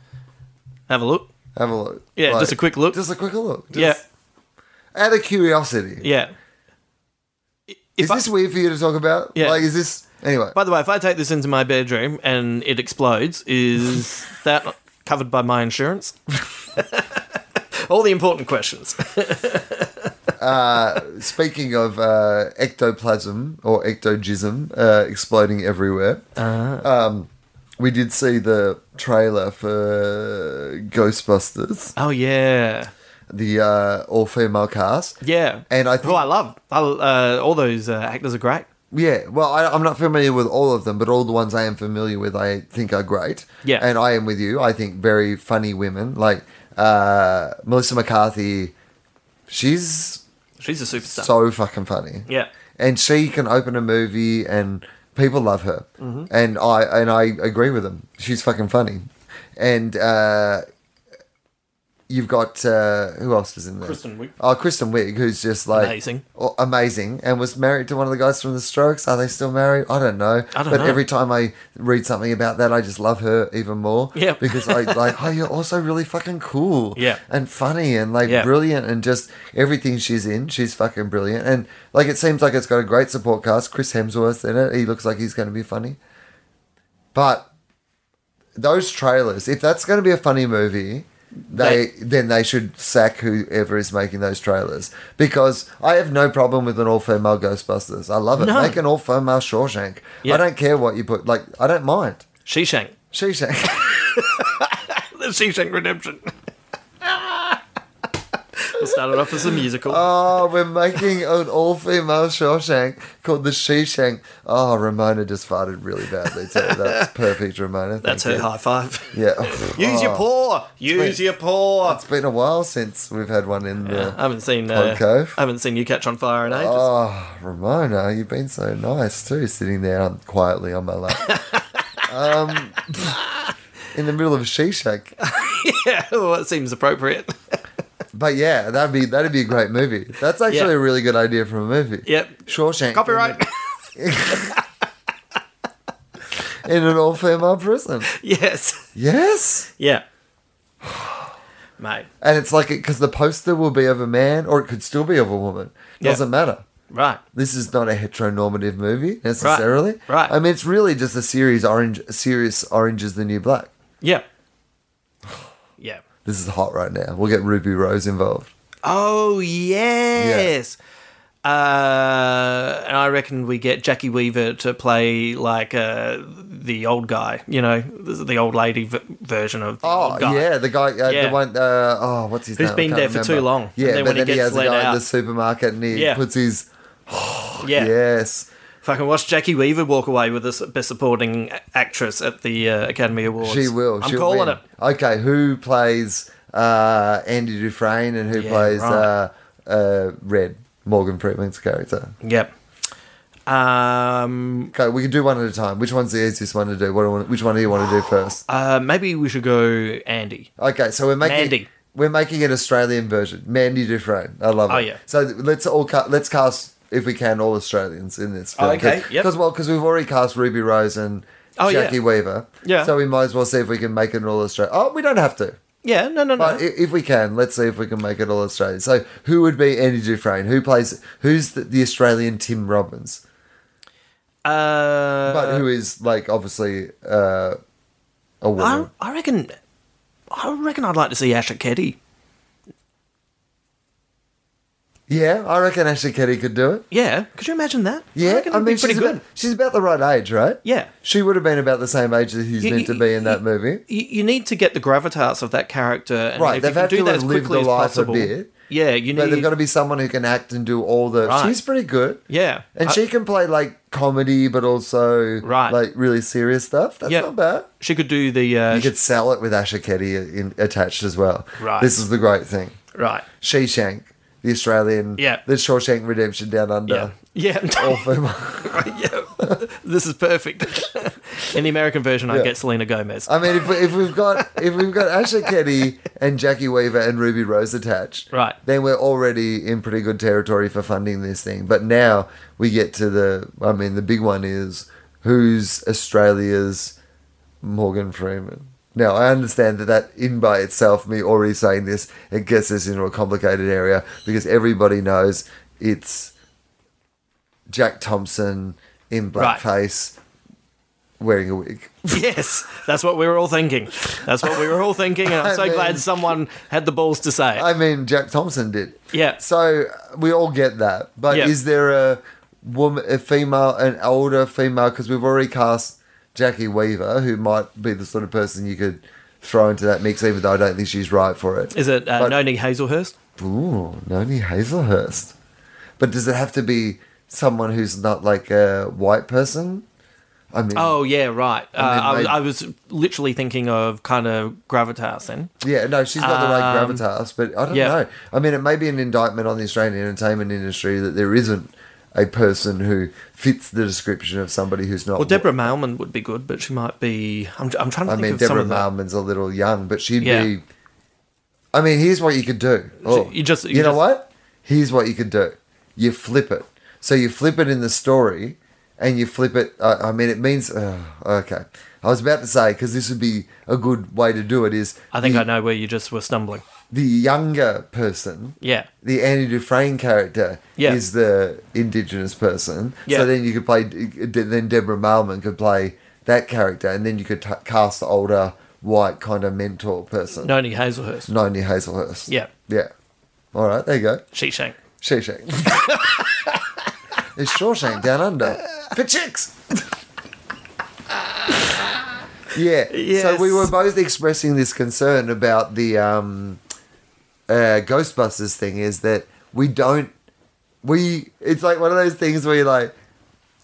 Speaker 3: Have a look.
Speaker 1: have a look?
Speaker 3: Yeah,
Speaker 1: Like,
Speaker 3: just a quick look.
Speaker 1: Just a quick look. Just
Speaker 3: yeah.
Speaker 1: Out of curiosity,
Speaker 3: Yeah. I- If
Speaker 1: is
Speaker 3: I-
Speaker 1: this weird for you to talk about?
Speaker 3: Yeah.
Speaker 1: Like, is this anyway?
Speaker 3: by the way, if I take this into my bedroom and it explodes, is that covered by my insurance? All the important questions.
Speaker 1: Speaking of uh, ectoplasm or ectogism uh, exploding everywhere, um,
Speaker 3: Uh-huh.
Speaker 1: we did see the trailer for Ghostbusters,
Speaker 3: Oh yeah,
Speaker 1: the uh, all female cast.
Speaker 3: yeah.
Speaker 1: And I think-
Speaker 3: who I love. I, uh, all those uh, actors are great.
Speaker 1: Yeah, well, I, I'm not familiar with all of them, but all the ones I am familiar with, I think are great.
Speaker 3: Yeah.
Speaker 1: and I am with you. I think very funny women like uh, Melissa McCarthy. She's
Speaker 3: She's a superstar.
Speaker 1: so fucking funny.
Speaker 3: Yeah.
Speaker 1: and she can open a movie, and people love her.
Speaker 3: Mm-hmm.
Speaker 1: And I and I agree with them. She's fucking funny. And uh, you've got uh, who else is in there?
Speaker 3: Kristen Wiig.
Speaker 1: Oh, Kristen Wiig, who's just like
Speaker 3: Amazing.
Speaker 1: oh, amazing, and was married to one of the guys from The Strokes. Are they still married? I don't know.
Speaker 3: I don't
Speaker 1: but
Speaker 3: know.
Speaker 1: every time I read something about that, I just love her even more.
Speaker 3: Yeah.
Speaker 1: because I like, oh, you're also really fucking cool.
Speaker 3: Yeah.
Speaker 1: and funny and like
Speaker 3: Yeah.
Speaker 1: brilliant and just everything she's in, she's fucking brilliant. And like, it seems like it's got a great support cast. Chris Hemsworth's in it. He looks like he's going to be funny. But those trailers, if that's going to be a funny movie, they then they should sack whoever is making those trailers because I have no problem with an all female Ghostbusters. I love it.
Speaker 3: No.
Speaker 1: Make an all female Shawshank.
Speaker 3: Yeah.
Speaker 1: I don't care what you put. Like I don't mind.
Speaker 3: She Shank.
Speaker 1: Shawshank.
Speaker 3: The Shawshank Redemption. we'll start it off as a musical.
Speaker 1: oh, we're making an all female Shawshank called the Shawshank. Oh, Ramona just farted really badly too. That's perfect, Ramona. Thank
Speaker 3: That's her
Speaker 1: you.
Speaker 3: high five.
Speaker 1: Yeah.
Speaker 3: Use your
Speaker 1: Oh,
Speaker 3: paw. Use your paw.
Speaker 1: It's been a while since we've had one in the.
Speaker 3: I haven't seen. Uh,
Speaker 1: Concave.
Speaker 3: I haven't seen you catch on fire in ages.
Speaker 1: Oh, Ramona, you've been so nice too, sitting there um, quietly on my lap. um, in the middle of a Shishak.
Speaker 3: yeah, well, that seems appropriate.
Speaker 1: But yeah, that'd be that'd be a great movie. That's actually
Speaker 3: Yeah.
Speaker 1: a really good idea for a movie.
Speaker 3: Yep.
Speaker 1: Shawshank.
Speaker 3: Copyright.
Speaker 1: In, an all female prison.
Speaker 3: yes.
Speaker 1: Yes.
Speaker 3: Yeah. Mate.
Speaker 1: And it's like, because the poster will be of a man or it could still be of a woman.
Speaker 3: Yeah.
Speaker 1: Doesn't matter.
Speaker 3: Right.
Speaker 1: this is not a heteronormative movie necessarily.
Speaker 3: right.
Speaker 1: I mean, it's really just a series orange, serious orange is the new black.
Speaker 3: Yeah. Yeah.
Speaker 1: This is hot right now. We'll get Ruby Rose involved.
Speaker 3: Oh yes. Uh, and I reckon we get Jackie Weaver to play like uh, the old guy. You know, the the old lady v- version of the
Speaker 1: Oh
Speaker 3: old guy.
Speaker 1: yeah, the guy, uh,
Speaker 3: Yeah.
Speaker 1: the one. Uh, oh, what's his
Speaker 3: Who's
Speaker 1: name? I
Speaker 3: been
Speaker 1: can't
Speaker 3: there for too
Speaker 1: remember.
Speaker 3: long,
Speaker 1: Yeah,
Speaker 3: and then
Speaker 1: but
Speaker 3: when he
Speaker 1: then he
Speaker 3: gets
Speaker 1: has a
Speaker 3: let
Speaker 1: guy in the
Speaker 3: out.
Speaker 1: supermarket and he
Speaker 3: Yeah.
Speaker 1: puts his
Speaker 3: yeah.
Speaker 1: yes.
Speaker 3: Fucking watch Jackie Weaver walk away with this best supporting a- actress at the uh, Academy Awards.
Speaker 1: She will.
Speaker 3: I'm
Speaker 1: she'll
Speaker 3: calling
Speaker 1: win.
Speaker 3: it.
Speaker 1: Okay, who plays uh, Andy Dufresne and who
Speaker 3: Yeah,
Speaker 1: plays
Speaker 3: right.
Speaker 1: uh, uh, Red Morgan Freeman's character?
Speaker 3: Yep. Um.
Speaker 1: Okay, we can do one at a time. Which one's the easiest one to do? What do you- which one do you want to do first?
Speaker 3: Uh. Maybe we should go Andy.
Speaker 1: Okay, so we're making
Speaker 3: Mandy.
Speaker 1: we're making an Australian version. Mandy Dufresne. I love it.
Speaker 3: Oh, yeah.
Speaker 1: So th- let's all ca- let's cast if we can all Australians in this.
Speaker 3: Oh, okay,
Speaker 1: Because
Speaker 3: yep.
Speaker 1: well, because we've already cast Ruby Rose and
Speaker 3: Oh, yeah.
Speaker 1: Jackie Weaver.
Speaker 3: Yeah.
Speaker 1: So we might as well see if we can make it all Australian. Oh, we don't have to.
Speaker 3: Yeah. No. No. No.
Speaker 1: But i if we can, let's see if we can make it all Australian. So who would be Andy Dufresne? Who plays? Who's the, the Australian Tim Robbins?
Speaker 3: uh.
Speaker 1: But who is like obviously uh, a
Speaker 3: I,
Speaker 1: woman?
Speaker 3: I reckon. I reckon I'd like to see Asher Ketty.
Speaker 1: yeah, I reckon Ashley Ketty could do it.
Speaker 3: Yeah, could you imagine that?
Speaker 1: Yeah,
Speaker 3: reckon it'd be pretty
Speaker 1: she's
Speaker 3: good.
Speaker 1: About, she's about the right age, right?
Speaker 3: Yeah.
Speaker 1: she would have been about the same age that he's
Speaker 3: You-
Speaker 1: meant to
Speaker 3: you-
Speaker 1: be in that
Speaker 3: you-
Speaker 1: movie.
Speaker 3: You, you need to get the gravitas of that character, and
Speaker 1: Right,
Speaker 3: if
Speaker 1: they've
Speaker 3: you can
Speaker 1: had
Speaker 3: do
Speaker 1: to
Speaker 3: that
Speaker 1: have
Speaker 3: as
Speaker 1: lived
Speaker 3: quickly
Speaker 1: the
Speaker 3: as
Speaker 1: life a
Speaker 3: possible.
Speaker 1: bit,
Speaker 3: yeah, you
Speaker 1: But
Speaker 3: need.
Speaker 1: they've got to be someone who can act and do all the.
Speaker 3: Right.
Speaker 1: She's pretty good.
Speaker 3: yeah, uh,
Speaker 1: and
Speaker 3: I-
Speaker 1: she can play like comedy, but also
Speaker 3: Right.
Speaker 1: like really serious stuff. That's
Speaker 3: Yeah.
Speaker 1: not bad.
Speaker 3: she could do the uh,
Speaker 1: You could sell it with Asha Ketty in, attached as well.
Speaker 3: Right.
Speaker 1: this is the great thing.
Speaker 3: right.
Speaker 1: Shawshank, the Australian,
Speaker 3: Yeah.
Speaker 1: the Shawshank Redemption down under.
Speaker 3: Yeah, yeah,
Speaker 1: All female.
Speaker 3: yeah. this is perfect. In the American version, I get Selena Gomez.
Speaker 1: I mean, if, we- if we've got if we've got Asha Ketty and Jackie Weaver and Ruby Rose attached,
Speaker 3: Right.
Speaker 1: then we're already in pretty good territory for funding this thing. But now we get to the, I mean, the big one is who's Australia's Morgan Freeman. Now I understand that that in by itself, me already saying this, it gets us into a complicated area because everybody knows it's Jack Thompson in
Speaker 3: Right.
Speaker 1: blackface wearing a wig.
Speaker 3: yes, that's what we were all thinking. That's what we were all thinking, and I'm
Speaker 1: I
Speaker 3: so
Speaker 1: mean-
Speaker 3: glad someone had the balls to say it.
Speaker 1: I mean, Jack Thompson did.
Speaker 3: Yeah.
Speaker 1: So uh, we all get that, but
Speaker 3: Yeah.
Speaker 1: is there a woman, a female, an older female? Because we've already cast Jackie Weaver, who might be the sort of person you could throw into that mix, even though I don't think she's right for it.
Speaker 3: Is it uh,
Speaker 1: But-
Speaker 3: Noni Hazelhurst?
Speaker 1: Ooh, Noni Hazelhurst. But does it have to be someone who's not like a white person? I mean,
Speaker 3: Oh yeah, right. Uh,
Speaker 1: then
Speaker 3: I, was,
Speaker 1: they-
Speaker 3: I was literally thinking of kind of gravitas then.
Speaker 1: Yeah, no, she's got the right
Speaker 3: Um,
Speaker 1: gravitas, but I don't
Speaker 3: yeah.
Speaker 1: know. I mean, it may be an indictment on the Australian entertainment industry that there isn't a person who fits the description of somebody who's not.
Speaker 3: Well, Deborah Mailman would be good, but she might be. I'm, I'm trying to
Speaker 1: Oh, I
Speaker 3: think
Speaker 1: mean,
Speaker 3: of
Speaker 1: Deborah
Speaker 3: some of
Speaker 1: Marman's a little young, but she'd
Speaker 3: Yeah.
Speaker 1: be. I mean, here's what you could do. Oh,
Speaker 3: you just-
Speaker 1: you,
Speaker 3: you
Speaker 1: know
Speaker 3: just-
Speaker 1: what? Here's what you could do. You flip it. So you flip it in the story, and you flip it. Uh, I mean, it means uh, okay. I was about to say because this would be a good way to do it. Is
Speaker 3: I think
Speaker 1: the,
Speaker 3: I know where you just were stumbling.
Speaker 1: the younger person
Speaker 3: Yeah.
Speaker 1: the Annie Dufresne character
Speaker 3: Yeah.
Speaker 1: is the indigenous person.
Speaker 3: Yeah.
Speaker 1: So then you could play, then Deborah Malman could play that character, and then you could t- cast the older white kind of mentor person.
Speaker 3: Noni Hazelhurst.
Speaker 1: Noni Hazelhurst.
Speaker 3: Yeah.
Speaker 1: Yeah. All right, there you go.
Speaker 3: Sheeshank.
Speaker 1: Shawshank. it's Shawshank down under. For chicks. yeah. So we
Speaker 3: Yes.
Speaker 1: were both expressing this concern about the um, uh, Ghostbusters thing is that we don't. We. It's like one of those things where you're like,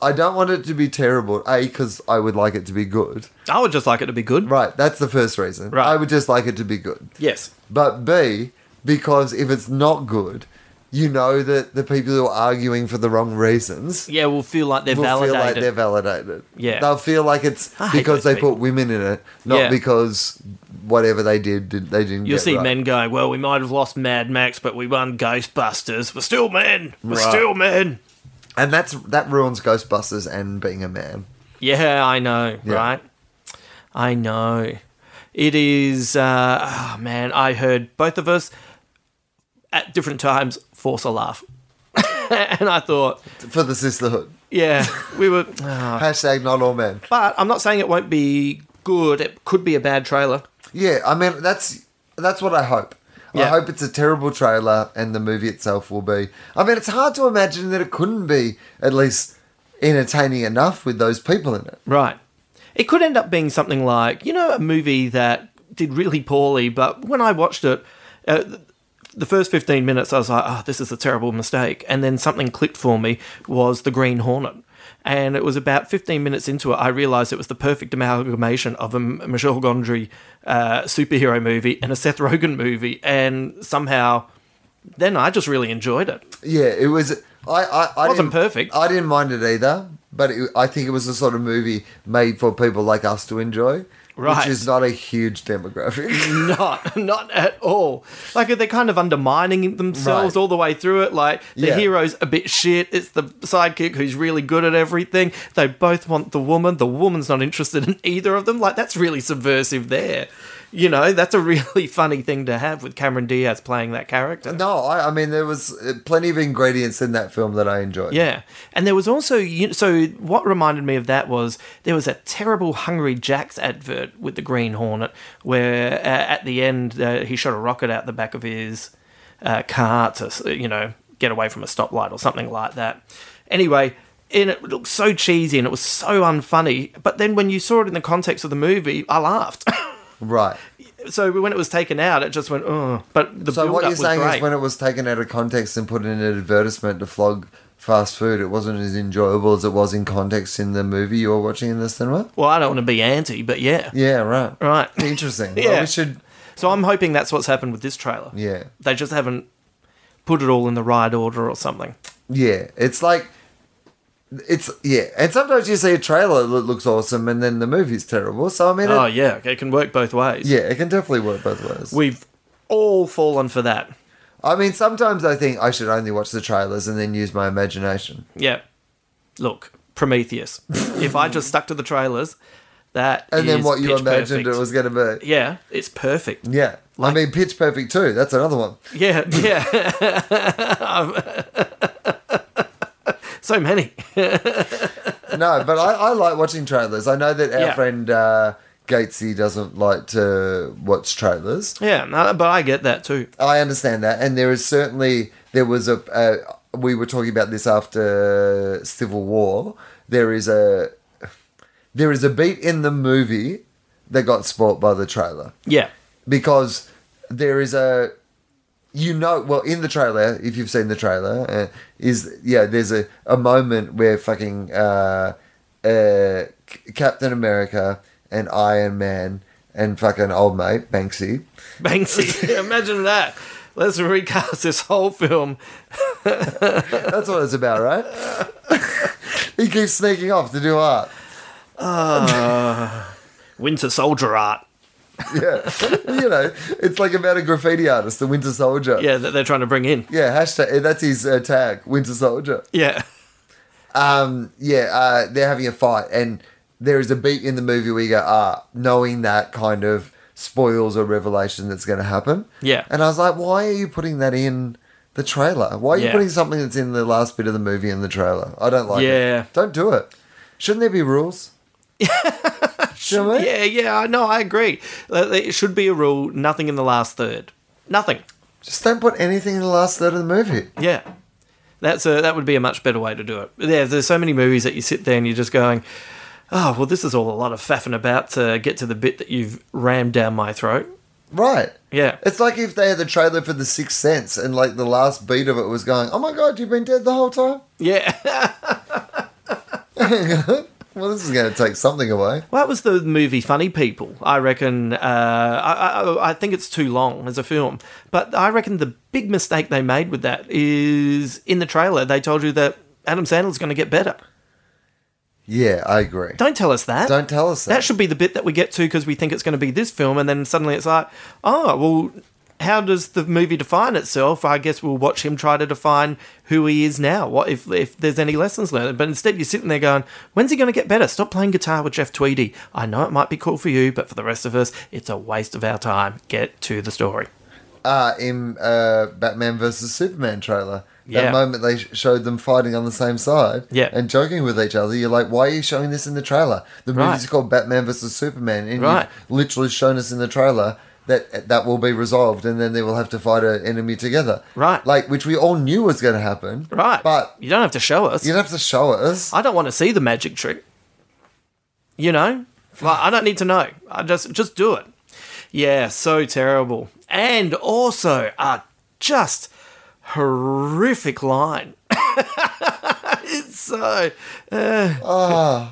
Speaker 1: I don't want it to be terrible. A, because I would like it to be good.
Speaker 3: I would just like it to be good.
Speaker 1: Right. That's the first reason.
Speaker 3: Right.
Speaker 1: I would just like it to be good
Speaker 3: Yes.
Speaker 1: but B, because if it's not good, you know that the people who are arguing for the wrong reasons
Speaker 3: Yeah, we'll feel like they're
Speaker 1: will
Speaker 3: validated.
Speaker 1: feel like they're validated.
Speaker 3: Yeah.
Speaker 1: They'll feel like it's
Speaker 3: I hate
Speaker 1: because they
Speaker 3: those people.
Speaker 1: put women in it, not
Speaker 3: Yeah.
Speaker 1: because whatever they did, did they didn't
Speaker 3: You'll
Speaker 1: get
Speaker 3: see
Speaker 1: right.
Speaker 3: men going, well, we might have lost Mad Max, but we won Ghostbusters. We're still men. We're
Speaker 1: Right.
Speaker 3: still men.
Speaker 1: And that's that ruins Ghostbusters and being a man.
Speaker 3: Yeah, I know,
Speaker 1: Yeah.
Speaker 3: right? I know. It is, uh, oh man, I heard both of us at different times force a laugh. and I thought,
Speaker 1: For the sisterhood.
Speaker 3: yeah, we were. Ah.
Speaker 1: Hashtag not all men.
Speaker 3: But I'm not saying it won't be good. It could be a bad trailer.
Speaker 1: Yeah, I mean that's that's what I hope. I
Speaker 3: Yeah.
Speaker 1: hope it's a terrible trailer and the movie itself will be. I mean, it's hard to imagine that it couldn't be at least entertaining enough with those people in it.
Speaker 3: Right. It could end up being something like, you know, a movie that did really poorly, but when I watched it, uh, th- the first 15 minutes, I was like, oh, this is a terrible mistake. And then something clicked for me was The Green Hornet. And it was about 15 minutes into it, I realized it was the perfect amalgamation of a M- Michel Gondry uh, superhero movie and a Seth Rogen movie. And somehow, then I just really enjoyed it.
Speaker 1: Yeah, it was. I I, I
Speaker 3: Wasn't
Speaker 1: didn't-
Speaker 3: perfect.
Speaker 1: I didn't mind it either, but it, I think it was the sort of movie made for people like us to enjoy,
Speaker 3: Right.
Speaker 1: which is not a huge demographic.
Speaker 3: not not at all like they're kind of undermining themselves
Speaker 1: Right.
Speaker 3: all the way through it like the
Speaker 1: Yeah.
Speaker 3: hero's a bit shit it's the sidekick who's really good at everything they both want the woman the woman's not interested in either of them like that's really subversive there you know that's a really funny thing to have with cameron diaz playing that character
Speaker 1: no, I, I mean there was uh, plenty of ingredients in that film that I enjoyed.
Speaker 3: yeah, and there was also you- so what reminded me of that was there was a terrible Hungry Jack's advert with the Green Hornet, where uh, at the end uh, he shot a rocket out the back of his uh, car to s- you know get away from a stoplight or something like that. Anyway. And it looked so cheesy and it was so unfunny. But then when you saw it in the context of the movie, I laughed.
Speaker 1: right.
Speaker 3: so when it was taken out, it just went, oh. But the
Speaker 1: So
Speaker 3: build
Speaker 1: what you're
Speaker 3: up was
Speaker 1: saying
Speaker 3: great.
Speaker 1: is when it was taken out of context and put in an advertisement to flog fast food, it wasn't as enjoyable as it was in context in the movie you were watching in the cinema?
Speaker 3: well, I don't want to be anti, but yeah.
Speaker 1: Yeah, right.
Speaker 3: Right.
Speaker 1: Interesting. yeah.
Speaker 3: Yeah.
Speaker 1: we should
Speaker 3: So I'm hoping that's what's happened with this trailer.
Speaker 1: Yeah.
Speaker 3: They just haven't put it all in the right order or something.
Speaker 1: Yeah. It's like It's yeah, and sometimes you see a trailer that looks awesome, and then the movie's terrible. So I mean, it,
Speaker 3: Oh, yeah. It can work both ways.
Speaker 1: yeah, it can definitely work both ways.
Speaker 3: We've all fallen for that.
Speaker 1: I mean, sometimes I think I should only watch the trailers and then use my imagination.
Speaker 3: Yeah. Look, Prometheus. if I just stuck to the trailers, that
Speaker 1: And then
Speaker 3: is
Speaker 1: what you
Speaker 3: pitch
Speaker 1: imagined
Speaker 3: perfect.
Speaker 1: it was going to be.
Speaker 3: Yeah, it's perfect.
Speaker 1: Yeah. I mean, Pitch Perfect too. That's another one.
Speaker 3: Yeah, yeah. so many.
Speaker 1: No, but I, I like watching trailers. I know that our
Speaker 3: Yeah.
Speaker 1: friend uh, Gatesy doesn't like to watch trailers.
Speaker 3: Yeah, no, but I get that too.
Speaker 1: I understand that, and there is certainly there was a. Uh, we were talking about this after Civil War. There is a there is a beat in the movie that got spoilt by the trailer
Speaker 3: Yeah.
Speaker 1: because there is a you know well in the trailer if you've seen the trailer uh, is yeah there's a, a moment where fucking uh, uh, C- Captain America and Iron Man and fucking old mate Banksy
Speaker 3: Banksy. Imagine that. Let's recast this whole film.
Speaker 1: That's what it's about, right? he keeps sneaking off to do art.
Speaker 3: Winter Soldier art.
Speaker 1: Yeah. you know, it's like about a graffiti artist, the Winter Soldier.
Speaker 3: Yeah, that they're trying to bring in.
Speaker 1: Yeah, hashtag, that's his uh, tag, Winter Soldier.
Speaker 3: Yeah.
Speaker 1: Um, yeah, uh, they're having a fight, and there is a beat in the movie where you go, ah, knowing that kind of spoils a revelation that's going to happen.
Speaker 3: Yeah.
Speaker 1: And I was like, why are you putting that in the trailer? Why are you
Speaker 3: Yeah.
Speaker 1: putting something that's in the last bit of the movie in the trailer? I don't like it.
Speaker 3: Yeah.
Speaker 1: Don't do it. Shouldn't there be rules? Shouldn't we?
Speaker 3: Yeah, yeah, I know, I agree. Uh, It should be a rule nothing in the last third. Nothing.
Speaker 1: Just don't put anything in the last third of the movie.
Speaker 3: Yeah. That's a, that would be a much better way to do it. Yeah, there's so many movies that you sit there and you're just going, oh, well, this is all a lot of faffing about to get to the bit that you've rammed down my throat.
Speaker 1: Right.
Speaker 3: Yeah.
Speaker 1: It's like if they had the trailer for The Sixth Sense and like the last beat of it was going, oh my god, you've been dead the whole time?
Speaker 3: Yeah.
Speaker 1: Well, this is going to take something away.
Speaker 3: what was the movie Funny People? I reckon, uh, I, I, I think it's too long as a film. But I reckon the big mistake they made with that is in the trailer, they told you that Adam Sandler's going to get better.
Speaker 1: Yeah, I agree. Don't,
Speaker 3: Don't tell us that.
Speaker 1: tell us that.
Speaker 3: That should be the bit that we get to because we think it's going to be this film, and then suddenly it's like, oh, well, how does the movie define itself? I guess we'll watch him try to define who he is now. What if if there's any lessons learned? But instead, you're sitting there going, when's he going to get better? Stop playing guitar with Jeff Tweedy. I know it might be cool for you, but for the rest of us, it's a waste of our time. Get to the story.
Speaker 1: uh, in uh, Batman versus Superman trailer. That
Speaker 3: Yeah.
Speaker 1: moment they sh- showed them fighting on the same side
Speaker 3: Yeah.
Speaker 1: and joking with each other. You're like, why are you showing this in the trailer? The
Speaker 3: Right.
Speaker 1: movie's called Batman versus Superman, and
Speaker 3: Right.
Speaker 1: you've literally shown us in the trailer that that will be resolved, and then they will have to fight an enemy together.
Speaker 3: Right.
Speaker 1: Like, which we all knew was going to happen.
Speaker 3: Right.
Speaker 1: But
Speaker 3: you don't have to show us.
Speaker 1: you don't have to show us.
Speaker 3: I don't want to see the magic trick. You know? Like, I don't need to know. I just just do it. Yeah, so terrible. And also a just horrific line. it's so uh,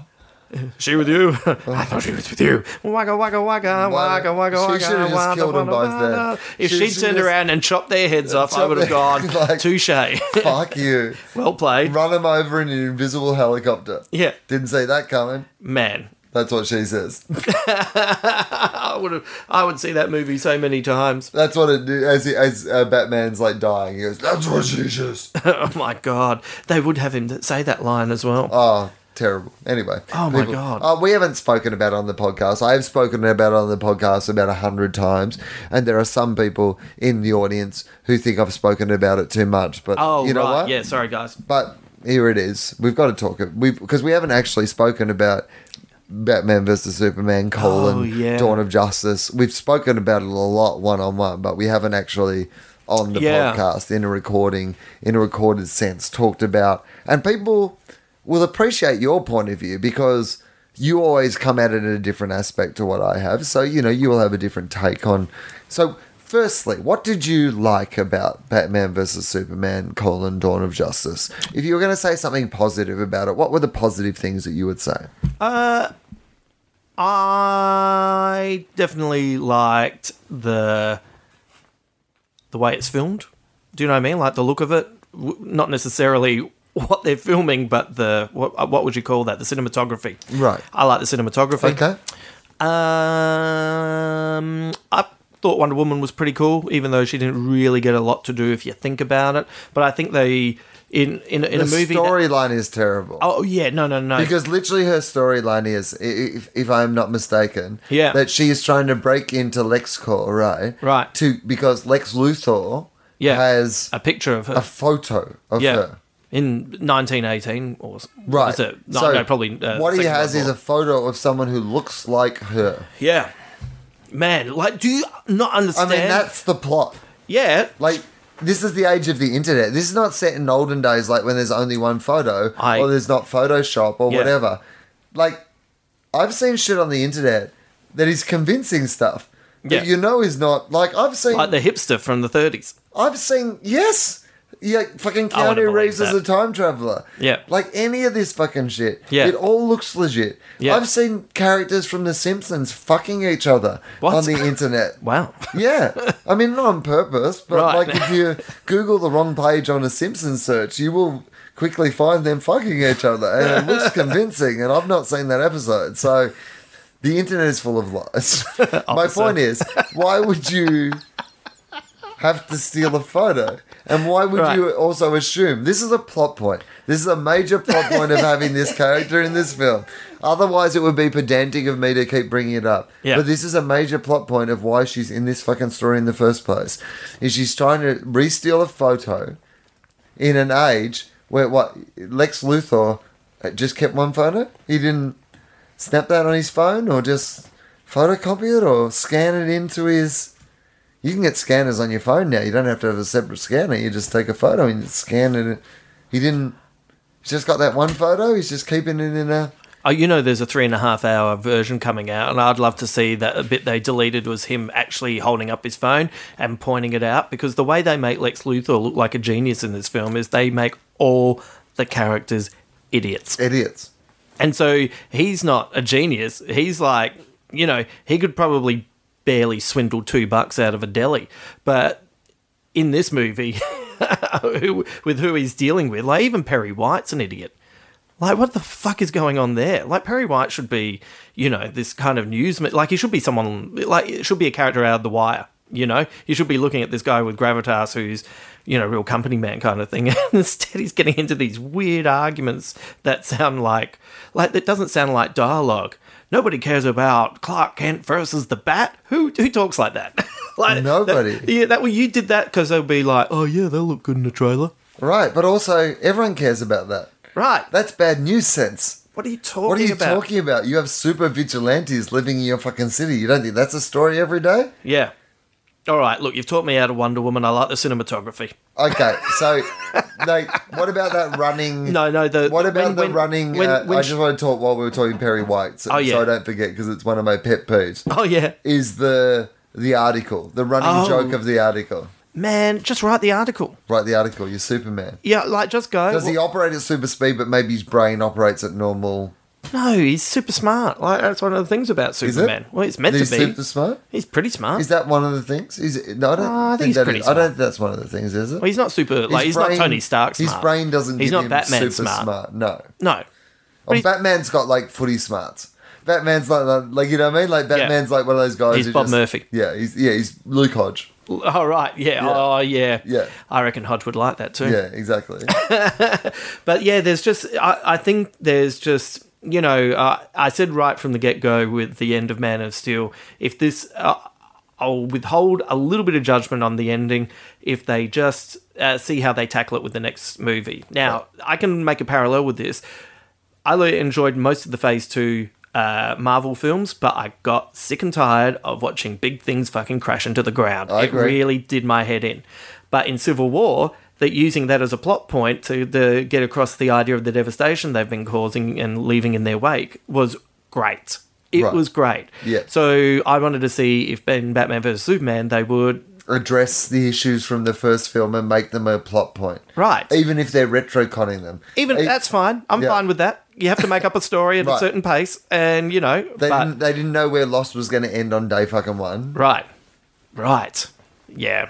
Speaker 3: she with you? I thought she was with you. Waka waka waka waka waka
Speaker 1: She
Speaker 3: waka.
Speaker 1: should've just
Speaker 3: waka,
Speaker 1: killed them
Speaker 3: waka,
Speaker 1: both there.
Speaker 3: waka. If
Speaker 1: She
Speaker 3: she'd
Speaker 1: should've
Speaker 3: turned
Speaker 1: just-
Speaker 3: around and chopped their heads off, I
Speaker 1: chopped
Speaker 3: would have
Speaker 1: their-
Speaker 3: gone
Speaker 1: like-
Speaker 3: touche.
Speaker 1: Fuck you.
Speaker 3: well played,
Speaker 1: Run him over in an invisible helicopter.
Speaker 3: Yeah.
Speaker 1: Didn't see that coming.
Speaker 3: man.
Speaker 1: That's what she says.
Speaker 3: I would have. I would see that movie so many times.
Speaker 1: That's what it do as he, as uh, Batman's like dying. He goes, "That's what she says."
Speaker 3: oh my god, they would have him say that line as well.
Speaker 1: Oh, terrible. Anyway.
Speaker 3: Oh my God.
Speaker 1: Uh, we haven't spoken about it on the podcast. I have spoken about it on the podcast about a hundred times, and there are some people in the audience who think I've spoken about it too much. But
Speaker 3: oh
Speaker 1: you know
Speaker 3: right,
Speaker 1: what?
Speaker 3: yeah. Sorry guys.
Speaker 1: But here it is. We've got to talk it. We because we haven't actually spoken about Batman versus Superman: colon,
Speaker 3: Oh, yeah.
Speaker 1: Dawn of Justice. We've spoken about it a lot one on one, but we haven't actually on the
Speaker 3: Yeah.
Speaker 1: podcast in a recording in a recorded sense talked about. And people will appreciate your point of view because you always come at it in a different aspect to what I have. So you know you will have a different take on. So. Firstly, what did you like about Batman versus Superman: colon, Dawn of Justice? If you were going to say something positive about it, what were the positive things that you would say?
Speaker 3: I definitely liked the the way it's filmed. Do you know what I mean? Like the look of it, W- not necessarily what they're filming, but the what, what would you call that? The cinematography.
Speaker 1: Right.
Speaker 3: I like the cinematography.
Speaker 1: Okay.
Speaker 3: Um, I thought Wonder Woman was pretty cool, even though she didn't really get a lot to do if you think about it. But I think they in in, in
Speaker 1: The
Speaker 3: a movie. that-
Speaker 1: storyline is terrible.
Speaker 3: oh yeah, no, no, no.
Speaker 1: Because literally her storyline is, i- if, if I'm not mistaken,
Speaker 3: Yeah.
Speaker 1: that she is trying to break into LexCorp, right?
Speaker 3: Right.
Speaker 1: To because Lex Luthor
Speaker 3: yeah,
Speaker 1: has
Speaker 3: a picture of her.
Speaker 1: a photo of
Speaker 3: yeah.
Speaker 1: her.
Speaker 3: In 1918, or was-
Speaker 1: Right.
Speaker 3: was it? No, no, probably. Uh,
Speaker 1: what he
Speaker 3: Second
Speaker 1: has
Speaker 3: World
Speaker 1: is
Speaker 3: War.
Speaker 1: a photo of someone who looks like her.
Speaker 3: yeah, man. Like, do you not
Speaker 1: I
Speaker 3: understand?
Speaker 1: mean, that's the plot.
Speaker 3: yeah,
Speaker 1: Like, this is the age of the internet. This is not set in olden days, like when there's only one photo
Speaker 3: I-
Speaker 1: or there's not Photoshop or
Speaker 3: Yeah.
Speaker 1: whatever. Like, I've seen shit on the internet that is convincing stuff that
Speaker 3: Yeah.
Speaker 1: you know is not. Like, I've seen,
Speaker 3: like the hipster from the 30s.
Speaker 1: I've seen, yes. Yeah, fucking
Speaker 3: I wouldn't
Speaker 1: Keanu
Speaker 3: believe
Speaker 1: Reeves as
Speaker 3: that.
Speaker 1: a time traveler.
Speaker 3: Yeah.
Speaker 1: Like any of this fucking shit.
Speaker 3: Yeah.
Speaker 1: It all looks legit.
Speaker 3: Yeah.
Speaker 1: I've seen characters from The Simpsons fucking each other
Speaker 3: What?
Speaker 1: on the internet.
Speaker 3: Wow.
Speaker 1: Yeah, I mean not on purpose, but
Speaker 3: Right.
Speaker 1: like if you Google the wrong page on a Simpsons search, you will quickly find them fucking each other, and it looks convincing. And I've not seen that episode, so the internet is full of lies. My
Speaker 3: Officer.
Speaker 1: point is, why would you have to steal a photo? And why would
Speaker 3: Right.
Speaker 1: you also assume this is a plot point? This is a major plot point of having this character in this film. Otherwise, it would be pedantic of me to keep bringing it up.
Speaker 3: Yeah.
Speaker 1: But this is a major plot point of why she's in this fucking story in the first place. Is she's trying to re-steal a photo in an age where what Lex Luthor uh, just kept one photo. He didn't snap that on his phone or just photocopy it or scan it into his. You can get scanners on your phone now. You don't have to have a separate scanner. You just take a photo and scan it. He didn't. He's just got that one photo. He's just keeping it in a.
Speaker 3: Oh, you know, there's a three and a half hour version coming out, and I'd love to see that a bit they deleted was him actually holding up his phone and pointing it out because the way they make Lex Luthor look like a genius in this film is they make all the characters idiots.
Speaker 1: Idiots.
Speaker 3: And so he's not a genius. He's like, you know, he could probably barely swindle two bucks out of a deli. But in this movie, who, with who he's dealing with, like even Perry White's an idiot. Like, what the fuck is going on there? Like, Perry White should be, you know, this kind of newsman. Like, he should be someone, like, it should be a character out of The Wire, you know? You should be looking at this guy with gravitas who's, you know, real company man kind of thing. And instead, he's getting into these weird arguments that sound like, like, that doesn't sound like dialogue. Nobody cares about Clark Kent versus the Bat. Who who talks like that? like that-
Speaker 1: Nobody.
Speaker 3: yeah, that way you did that because they'll be like, oh yeah, they'll look good in the trailer,
Speaker 1: Right, but also everyone cares about that.
Speaker 3: right?
Speaker 1: That's bad news sense.
Speaker 3: what are you talking
Speaker 1: What are you
Speaker 3: about?
Speaker 1: talking about? You have super vigilantes living in your fucking city. You don't think that's a story every day?
Speaker 3: Yeah. All right, look, you've taught me how to Wonder Woman. I like the cinematography.
Speaker 1: Okay, so like, what about that running?
Speaker 3: No, no, the-
Speaker 1: what about
Speaker 3: when-
Speaker 1: the
Speaker 3: when-
Speaker 1: running?
Speaker 3: when-
Speaker 1: uh,
Speaker 3: when
Speaker 1: I
Speaker 3: sh-
Speaker 1: just want to talk while we were talking Perry White, so,
Speaker 3: Oh, yeah.
Speaker 1: so I don't forget because it's one of my pet peeves.
Speaker 3: Oh yeah,
Speaker 1: Is the the article the running
Speaker 3: Oh.
Speaker 1: joke of the article?
Speaker 3: man, just write the article.
Speaker 1: Write the article. You're Superman.
Speaker 3: Yeah, like just go.
Speaker 1: Does he
Speaker 3: Well,
Speaker 1: operate at super speed, but maybe his brain operates at normal?
Speaker 3: no, he's super smart. Like that's one of the things about
Speaker 1: Is
Speaker 3: Superman.
Speaker 1: it?
Speaker 3: Well, it's meant
Speaker 1: He's
Speaker 3: to be.
Speaker 1: super smart.
Speaker 3: he's pretty smart.
Speaker 1: Is that one of the things? Is it, no, I don't
Speaker 3: Uh, I think
Speaker 1: think,
Speaker 3: he's
Speaker 1: that
Speaker 3: pretty
Speaker 1: is- I don't
Speaker 3: smart.
Speaker 1: think that's one of the things, is it?
Speaker 3: well, he's not super. Like he's
Speaker 1: brain-
Speaker 3: not Tony Stark smart.
Speaker 1: His brain doesn't.
Speaker 3: He's
Speaker 1: give
Speaker 3: not
Speaker 1: him
Speaker 3: Batman
Speaker 1: super
Speaker 3: smart.
Speaker 1: No,
Speaker 3: No.
Speaker 1: Oh,
Speaker 3: he's-
Speaker 1: Batman's got like footy smarts. Batman's like, like you know what I mean? Like Batman's like one of those guys.
Speaker 3: He's
Speaker 1: who
Speaker 3: Bob
Speaker 1: just-
Speaker 3: Murphy.
Speaker 1: Yeah, he's yeah he's Luke Hodge.
Speaker 3: All right. Yeah.
Speaker 1: Yeah.
Speaker 3: Oh yeah.
Speaker 1: Yeah.
Speaker 3: I reckon Hodge would like that too.
Speaker 1: Yeah, exactly.
Speaker 3: but yeah, there's just I, I think there's just you know uh, I said right from the get go with the end of Man of Steel. If this, uh, I'll withhold a little bit of judgment on the ending if they just uh, see how they tackle it with the next movie. Now I can make a parallel with this. I lo- enjoyed most of the Phase Two. Uh, Marvel films, but I got sick and tired of watching big things fucking crash into the ground.
Speaker 1: I
Speaker 3: it
Speaker 1: agree.
Speaker 3: really really did my head in. But in Civil War, that using that as a plot point to the, get across the idea of the devastation they've been causing and leaving in their wake was great. It
Speaker 1: Right.
Speaker 3: was great.
Speaker 1: Yeah.
Speaker 3: So I wanted to see if in Batman vs Superman they would
Speaker 1: Address the issues from the first film and make them a plot point.
Speaker 3: Right.
Speaker 1: Even if they're retroconning them.
Speaker 3: even
Speaker 1: They-
Speaker 3: that's fine. I'm
Speaker 1: yeah.
Speaker 3: fine with that. You have to make up a story at
Speaker 1: Right.
Speaker 3: a certain pace, and you know,
Speaker 1: They
Speaker 3: but-
Speaker 1: didn't. They didn't know where Lost was going to end on day fucking one.
Speaker 3: Right. Right. Yeah.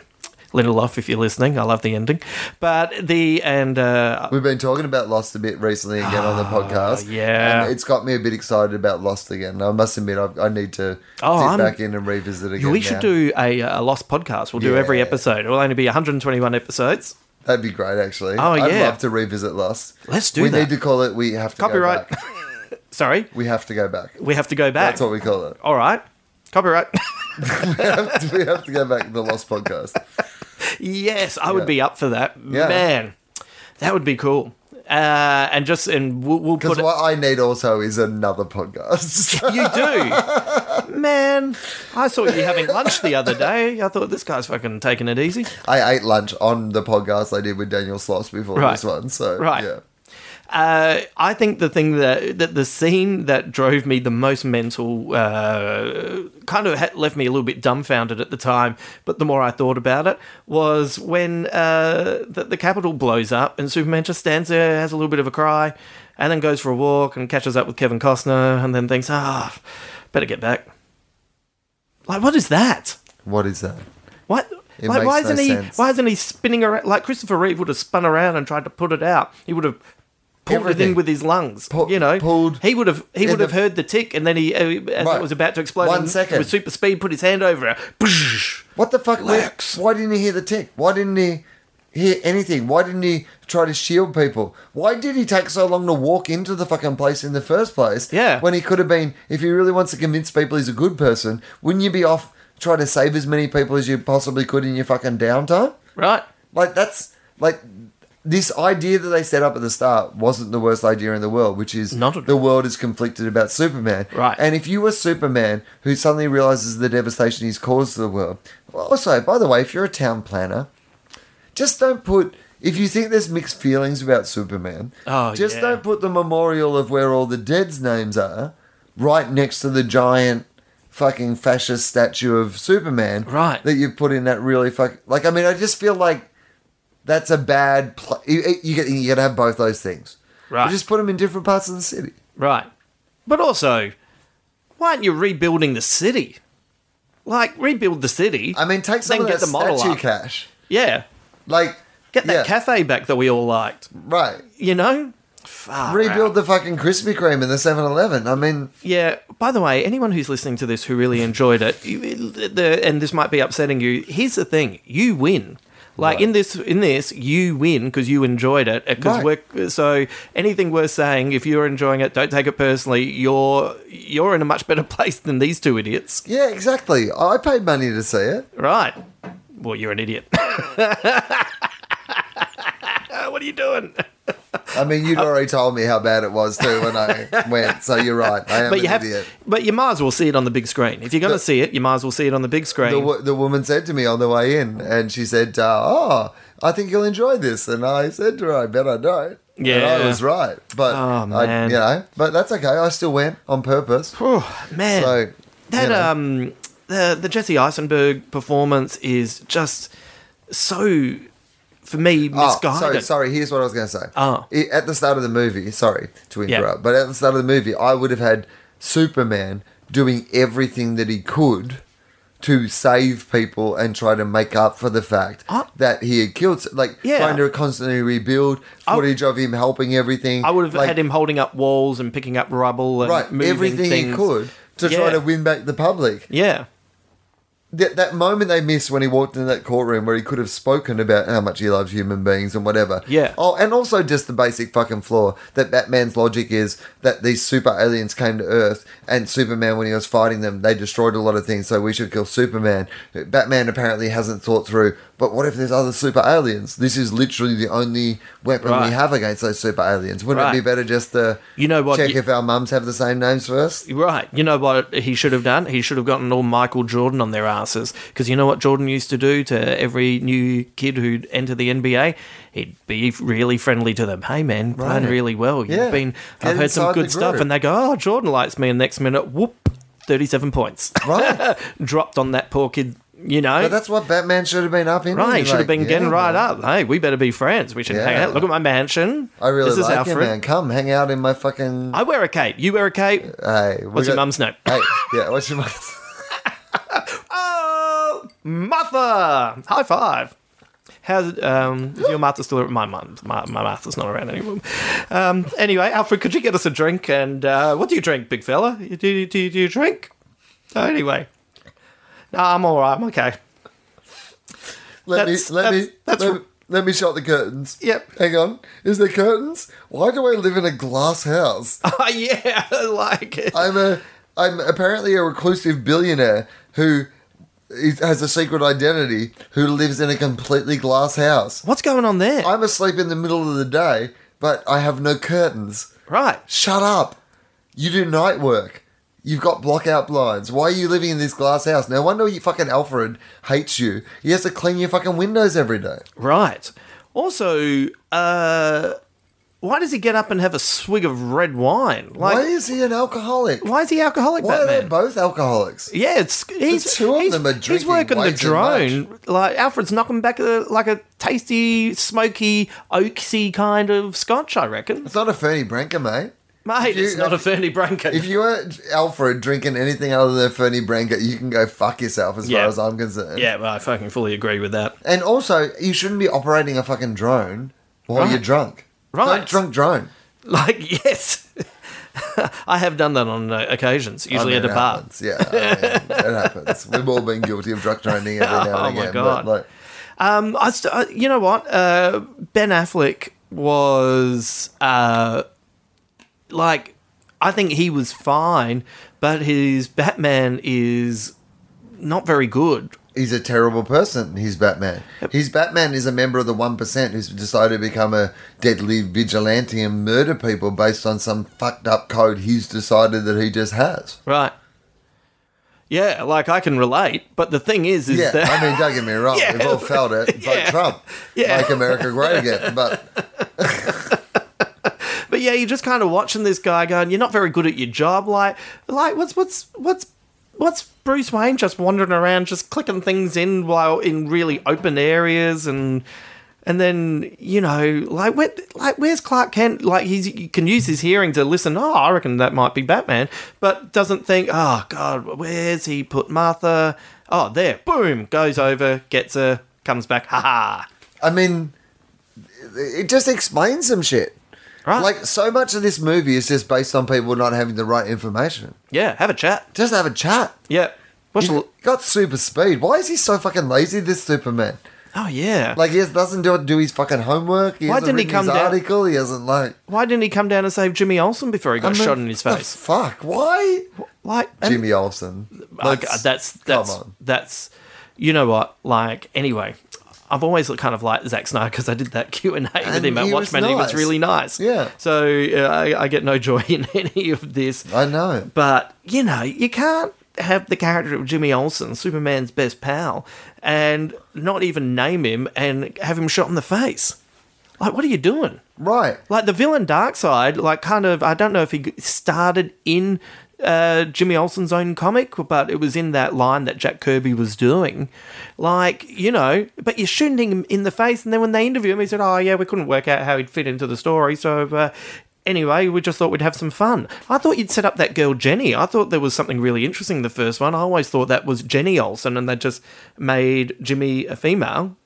Speaker 3: Lindelof, if you're listening. I love the ending. But the, and uh,
Speaker 1: We've been talking about Lost a bit recently again on the podcast.
Speaker 3: Ah, yeah.
Speaker 1: And it's got me a bit excited about Lost again. I must admit, I've, I need to
Speaker 3: Oh,
Speaker 1: sit
Speaker 3: I'm-
Speaker 1: back in and revisit again.
Speaker 3: we
Speaker 1: now.
Speaker 3: should do a, uh, a Lost podcast. We'll do
Speaker 1: Yeah.
Speaker 3: every episode. It will only be 121 episodes.
Speaker 1: That'd be great, actually.
Speaker 3: Oh,
Speaker 1: I'd
Speaker 3: yeah.
Speaker 1: love to revisit Lost.
Speaker 3: Let's do
Speaker 1: We
Speaker 3: that.
Speaker 1: need to call it We Have to
Speaker 3: Copyright.
Speaker 1: Go Back.
Speaker 3: Sorry,
Speaker 1: We Have to Go Back.
Speaker 3: we have to go back.
Speaker 1: That's what we call it.
Speaker 3: All right. Copyright.
Speaker 1: we have to go back to the Lost podcast.
Speaker 3: yes, I would
Speaker 1: Yeah.
Speaker 3: be up for that.
Speaker 1: Yeah.
Speaker 3: Man, that would be cool. Uh, and just, and we'll, we'll put
Speaker 1: Because
Speaker 3: it.
Speaker 1: what I need also is another podcast.
Speaker 3: You do. Man, I saw you having lunch the other day. I thought this guy's fucking taking it easy.
Speaker 1: I ate lunch on the podcast I did with Daniel Sloss before
Speaker 3: Right.
Speaker 1: this one. So,
Speaker 3: Right.
Speaker 1: yeah.
Speaker 3: Uh, I think the thing that, that the scene that drove me the most mental uh, kind of had left me a little bit dumbfounded at the time, but the more I thought about it was when uh, the, the Capitol blows up and Superman just stands there, has a little bit of a cry, and then goes for a walk and catches up with Kevin Costner and then thinks, ah, better get back. Like, what is that?
Speaker 1: What is that?
Speaker 3: What?
Speaker 1: It
Speaker 3: like,
Speaker 1: makes
Speaker 3: why
Speaker 1: no
Speaker 3: isn't he?
Speaker 1: sense.
Speaker 3: Why isn't he spinning around? Like Christopher Reeve would have spun around and tried to put it out. He would have pulled it
Speaker 1: Everything.
Speaker 3: in with his lungs.
Speaker 1: Pu-
Speaker 3: you know,
Speaker 1: pulled
Speaker 3: He would have. He
Speaker 1: in
Speaker 3: would have
Speaker 1: the-
Speaker 3: heard the tick, and then he, uh, as
Speaker 1: Right.
Speaker 3: it was about to explode,
Speaker 1: One
Speaker 3: and
Speaker 1: second.
Speaker 3: with super speed, put his hand over it. Boosh.
Speaker 1: What the fuck? Where-
Speaker 3: Lex.
Speaker 1: why didn't he hear the tick? Why didn't he hear anything? Why didn't he try to shield people? Why did he take so long to walk into the fucking place in the first place?
Speaker 3: Yeah.
Speaker 1: When he could have been, if he really wants to convince people he's a good person, wouldn't you be off trying to save as many people as you possibly could in your fucking downtime?
Speaker 3: Right.
Speaker 1: Like that's like this idea that they set up at the start wasn't the worst idea in the world, which is
Speaker 3: Not at
Speaker 1: the world is conflicted about Superman.
Speaker 3: Right.
Speaker 1: And if you were Superman who suddenly realizes the devastation he's caused to the world, well, also by the way, if you're a town planner, just don't put. If you think there's mixed feelings about Superman,
Speaker 3: Oh,
Speaker 1: just
Speaker 3: yeah.
Speaker 1: don't put the memorial of where all the dead's names are right next to the giant fucking fascist statue of Superman
Speaker 3: Right.
Speaker 1: that you put in that really fuck like I mean I just feel like that's a bad pl- you, eh, you get you got to have both those things
Speaker 3: Right.
Speaker 1: But just put them in different parts of the city
Speaker 3: Right. But also, why aren't you rebuilding the city? Like rebuild the city.
Speaker 1: I mean take some
Speaker 3: Then
Speaker 1: of
Speaker 3: get
Speaker 1: that
Speaker 3: the model
Speaker 1: statue
Speaker 3: up.
Speaker 1: cash
Speaker 3: yeah.
Speaker 1: like
Speaker 3: Get that
Speaker 1: yeah,
Speaker 3: cafe back that we all liked.
Speaker 1: right
Speaker 3: You know. Far out.
Speaker 1: rebuild the fucking Krispy Kreme and the 7-Eleven I mean
Speaker 3: Yeah. By the way, anyone who's listening to this who really enjoyed it, you- the, and this might be upsetting you, here's the thing: you win. Like in this, in this, you win because you enjoyed it. Because
Speaker 1: Right.
Speaker 3: we're so anything worth saying, if you're enjoying it, don't take it personally. You're you're in a much better place than these two idiots,
Speaker 1: yeah exactly I paid money to see it
Speaker 3: right? Well, you're an idiot. what are you doing?
Speaker 1: I mean
Speaker 3: Uh,
Speaker 1: you'd already told me how bad it was too when I went so you're right I am
Speaker 3: But
Speaker 1: an
Speaker 3: you have,
Speaker 1: idiot
Speaker 3: but you might as well see it on the big screen. If you're going to
Speaker 1: The-
Speaker 3: see it, you might as well see it on the big screen.
Speaker 1: the, wo- the woman said to me on the way in, and she said, uh, "Oh, I think you'll enjoy this." And I said to her, "I bet I don't." and I
Speaker 3: Yeah.
Speaker 1: was right, but
Speaker 3: Oh,
Speaker 1: I,
Speaker 3: man.
Speaker 1: you know, but that's okay. I still went on purpose.
Speaker 3: Oh man,
Speaker 1: So,
Speaker 3: that
Speaker 1: you know.
Speaker 3: um, the the Jesse Eisenberg performance is just so for me
Speaker 1: Oh,
Speaker 3: misguided.
Speaker 1: sorry, sorry. Here's what I was going to say.
Speaker 3: Oh.
Speaker 1: I- at the start of the movie, sorry to
Speaker 3: Yeah.
Speaker 1: interrupt, but at the start of the movie, I would have had Superman doing everything that he could to save people and try to make up for the fact
Speaker 3: I-
Speaker 1: that he had killed, like
Speaker 3: Oh. Yeah.
Speaker 1: trying to constantly rebuild
Speaker 3: I-
Speaker 1: footage of him helping everything.
Speaker 3: I would have
Speaker 1: like,
Speaker 3: had him holding up walls and picking up rubble and
Speaker 1: right
Speaker 3: moving
Speaker 1: everything
Speaker 3: things.
Speaker 1: he could to
Speaker 3: Yeah.
Speaker 1: try to win back the public.
Speaker 3: Yeah,
Speaker 1: That, that moment they missed when he walked into that courtroom where he could have spoken about how much he loves human beings and whatever.
Speaker 3: Yeah.
Speaker 1: Oh, and also just the basic fucking flaw that Batman's logic is that these super aliens came to Earth and Superman, when he was fighting them, they destroyed a lot of things, so we should kill Superman. Batman apparently hasn't thought through, but what if there's other super aliens? This is literally the only weapon
Speaker 3: Right.
Speaker 1: we have against those super aliens. Wouldn't it be
Speaker 3: Right.
Speaker 1: better just to
Speaker 3: You know what,
Speaker 1: check
Speaker 3: you-
Speaker 1: if our mums have the same names first?
Speaker 3: right. You know what he should have done? He should have gotten all Michael Jordan on their asses because you know what Jordan used to do to every new kid who'd enter the NBA. He'd be really friendly to them. Hey man, playing
Speaker 1: Right.
Speaker 3: really well. You've
Speaker 1: Yeah.
Speaker 3: been. I've
Speaker 1: Get
Speaker 3: heard some
Speaker 1: inside the
Speaker 3: good stuff,
Speaker 1: group.
Speaker 3: and they go, "Oh, Jordan likes me." And next minute, whoop, thirty-seven points.
Speaker 1: Right.
Speaker 3: dropped on that poor kid, you know.
Speaker 1: But that's what Batman should have been up in.
Speaker 3: right, he should have been getting right
Speaker 1: up.
Speaker 3: up. Hey, we better be friends. We should hang
Speaker 1: Yeah.
Speaker 3: out. Look at my mansion.
Speaker 1: I really
Speaker 3: this is
Speaker 1: like
Speaker 3: Alfred.
Speaker 1: him, man. Come hang out in my fucking.
Speaker 3: I wear a cape. You wear a cape.
Speaker 1: Hey, we
Speaker 3: What's your
Speaker 1: got-
Speaker 3: mum's name?
Speaker 1: Hey, yeah, what's your mum's?
Speaker 3: Oh, mother! High five. How's um, is your Martha still? ar- My mum, my, my Martha's not around anymore. Um, anyway, Alfred, could you get us a drink? And uh, what do you drink, big fella? You- Do you, do you, do you drink? So anyway, no, I'm all right. I'm okay.
Speaker 1: Let
Speaker 3: That's-
Speaker 1: me let me
Speaker 3: that's- that's
Speaker 1: let,
Speaker 3: r-
Speaker 1: me- let me shut the curtains.
Speaker 3: Yep.
Speaker 1: Hang on. Is there curtains? Why do I live in a glass house?
Speaker 3: Oh yeah, like it.
Speaker 1: I'm a I'm apparently a reclusive billionaire who is, has a secret identity who lives in a completely glass house.
Speaker 3: what's going on there?
Speaker 1: I'm asleep in the middle of the day, but I have no curtains.
Speaker 3: right.
Speaker 1: Shut up. You do night work. You've got blockout blinds. Why are you living in this glass house? No wonder you fucking Alfred hates you. He has to clean your fucking windows every day.
Speaker 3: Right. Also, uh, why does he get up and have a swig of red wine? Like,
Speaker 1: Why is he an alcoholic?
Speaker 3: why is he alcoholic?
Speaker 1: Why are
Speaker 3: Batman?
Speaker 1: they both alcoholics?
Speaker 3: Yeah, it's he's
Speaker 1: two of
Speaker 3: he's,
Speaker 1: them are
Speaker 3: he's
Speaker 1: drinking
Speaker 3: working
Speaker 1: way
Speaker 3: the
Speaker 1: too much.
Speaker 3: drone. Like Alfred's knocking back a, like a tasty, smoky, oaksy kind of scotch, I reckon.
Speaker 1: It's not a Fernie Branca, mate.
Speaker 3: Mate,
Speaker 1: you-
Speaker 3: it's not a
Speaker 1: if-
Speaker 3: Fernie Branca.
Speaker 1: If you weren't Alfred drinking anything other than Fernie Branca, you can go fuck yourself as
Speaker 3: Yeah.
Speaker 1: far as I'm concerned.
Speaker 3: yeah, well, I fucking fully agree with that.
Speaker 1: And also, you shouldn't be operating a fucking drone while
Speaker 3: Right.
Speaker 1: you're drunk.
Speaker 3: Right.
Speaker 1: Don't drunk drone.
Speaker 3: Like, yes, I have done that on uh, occasions,
Speaker 1: I
Speaker 3: usually
Speaker 1: mean,
Speaker 3: at a
Speaker 1: it
Speaker 3: bar.
Speaker 1: happens. Yeah, I mean, it happens. We've all been guilty of drunk droning every now and
Speaker 3: Oh my
Speaker 1: again. but,
Speaker 3: God.
Speaker 1: like,
Speaker 3: Um, I st- I- you know what? Uh, ben Affleck was uh, like, I think he was fine, but his Batman is not very good.
Speaker 1: he's a terrible person. He's Batman. He's Batman is a member of the one percent who's decided to become a deadly vigilante and murder people based on some fucked up code he's decided that he just has.
Speaker 3: Right. Yeah, like I can relate, but the thing is, is
Speaker 1: Yeah,
Speaker 3: that
Speaker 1: I mean, don't get me wrong.
Speaker 3: Yeah.
Speaker 1: We've all felt it. Vote
Speaker 3: Yeah.
Speaker 1: Trump.
Speaker 3: Yeah.
Speaker 1: Make America great again. But
Speaker 3: But yeah, you're just kind of watching this guy going, "You're not very good at your job." Like, like what's what's what's what's Bruce Wayne just wandering around, just clicking things in while in really open areas, and and then you know, like where, like where's Clark Kent? Like he's he can use his hearing to listen. Oh, I reckon that might be Batman, but doesn't think. Oh God, where's he put Martha? Oh, there, boom, goes over, gets her, comes back, ha ha.
Speaker 1: I mean, it just explains some shit.
Speaker 3: Right.
Speaker 1: Like so much of this movie is just based on people not having the right information.
Speaker 3: Yeah, have a chat.
Speaker 1: Just have a chat.
Speaker 3: Yeah. What's
Speaker 1: He's
Speaker 3: the-
Speaker 1: got super speed. Why is he so fucking lazy? This Superman.
Speaker 3: oh yeah.
Speaker 1: Like he just doesn't do do his fucking homework. He
Speaker 3: Why
Speaker 1: hasn't
Speaker 3: didn't he
Speaker 1: written
Speaker 3: come
Speaker 1: his
Speaker 3: down-
Speaker 1: article. He hasn't like
Speaker 3: Why didn't he come down and save Jimmy Olsen before he got
Speaker 1: I mean,
Speaker 3: shot in his
Speaker 1: the
Speaker 3: face?
Speaker 1: fuck? Why?
Speaker 3: Like and-
Speaker 1: Jimmy Olsen.
Speaker 3: Oh, God,
Speaker 1: Let's-
Speaker 3: that's that's
Speaker 1: on.
Speaker 3: that's you know what? Like anyway, I've always kind of liked Zack Snyder because I did that Q and A with
Speaker 1: And
Speaker 3: him at
Speaker 1: he was
Speaker 3: Watchmen. and He was
Speaker 1: nice.
Speaker 3: really nice.
Speaker 1: Yeah.
Speaker 3: So uh, I, I get no joy in any of this.
Speaker 1: I know.
Speaker 3: But you know, you can't have the character of Jimmy Olsen, Superman's best pal, and not even name him and have him shot in the face. Like, what are you doing?
Speaker 1: Right.
Speaker 3: like the villain Darkseid, like kind of, I don't know if he g- started in uh, Jimmy Olsen's own comic, but it was in that line that Jack Kirby was doing. Like, you know, but you're shooting him in the face, and then when they interview him, he said, Oh, yeah, we couldn't work out how he'd fit into the story, so. Uh, Anyway, we just thought we'd have some fun. I thought you'd set up that girl Jenny. I thought there was something really interesting in the first one. I always thought that was Jenny Olsen, and they just made Jimmy a female.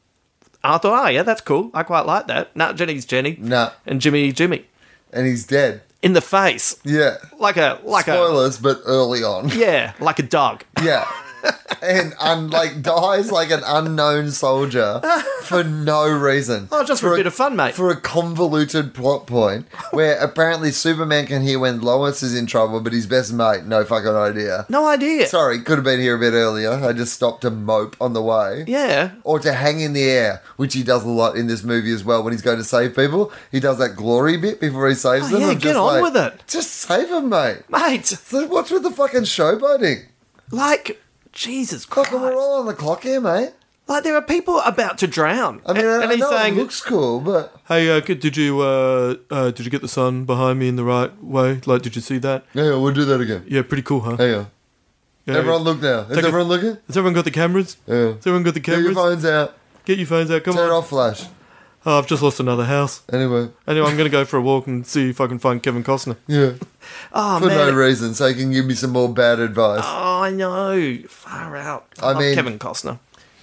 Speaker 3: I thought, oh yeah, that's cool. I quite like that. Nah, Jenny's Jenny.
Speaker 1: Nah.
Speaker 3: And Jimmy Jimmy.
Speaker 1: And he's dead.
Speaker 3: In the face.
Speaker 1: Yeah.
Speaker 3: Like a like
Speaker 1: Spoilers, but early on.
Speaker 3: a Yeah, like a dog.
Speaker 1: Yeah. And un- like dies like an unknown soldier for no reason.
Speaker 3: Oh, just for a bit of fun, mate.
Speaker 1: For a convoluted plot point where apparently Superman can hear when Lois is in trouble, but his best mate, no fucking idea.
Speaker 3: No idea.
Speaker 1: Sorry, could have been here a bit earlier. I just stopped to mope on the way.
Speaker 3: Yeah.
Speaker 1: Or to hang in the air, which he does a lot in this movie as well when he's going to save people. He does that glory bit before he saves
Speaker 3: Oh,
Speaker 1: them.
Speaker 3: yeah,
Speaker 1: I'm
Speaker 3: get
Speaker 1: just
Speaker 3: on
Speaker 1: like,
Speaker 3: with it.
Speaker 1: Just save him, mate.
Speaker 3: Mate.
Speaker 1: So what's with the fucking showboating?
Speaker 3: Like Jesus Christ.
Speaker 1: Fucking, we're all on the clock here, mate.
Speaker 3: Like there are people about to drown.
Speaker 1: I mean,
Speaker 3: and,
Speaker 1: I,
Speaker 3: and
Speaker 1: I
Speaker 3: he's
Speaker 1: know
Speaker 3: saying
Speaker 1: it looks cool, but
Speaker 3: Hey uh, did you uh, uh did you get the sun behind me in the right way? Like did you see that?
Speaker 1: yeah, yeah, we'll do that again.
Speaker 3: Yeah, pretty cool, huh?
Speaker 1: Hang on.
Speaker 3: Yeah.
Speaker 1: Everyone look now. Is
Speaker 3: Take a-
Speaker 1: everyone looking?
Speaker 3: Has everyone got the cameras?
Speaker 1: Yeah.
Speaker 3: Has everyone got the
Speaker 1: Get your
Speaker 3: cameras?
Speaker 1: phones out.
Speaker 3: Get your phones out, come
Speaker 1: Turn
Speaker 3: on.
Speaker 1: off flash.
Speaker 3: Oh, I've just lost another house.
Speaker 1: Anyway,
Speaker 3: Anyway, I'm gonna go for a walk and see if I can find Kevin Costner.
Speaker 1: yeah.
Speaker 3: Oh
Speaker 1: For
Speaker 3: man,
Speaker 1: no reason, so you can give me some more bad advice.
Speaker 3: Oh, I know. Far out.
Speaker 1: I
Speaker 3: love
Speaker 1: mean-
Speaker 3: Kevin Costner.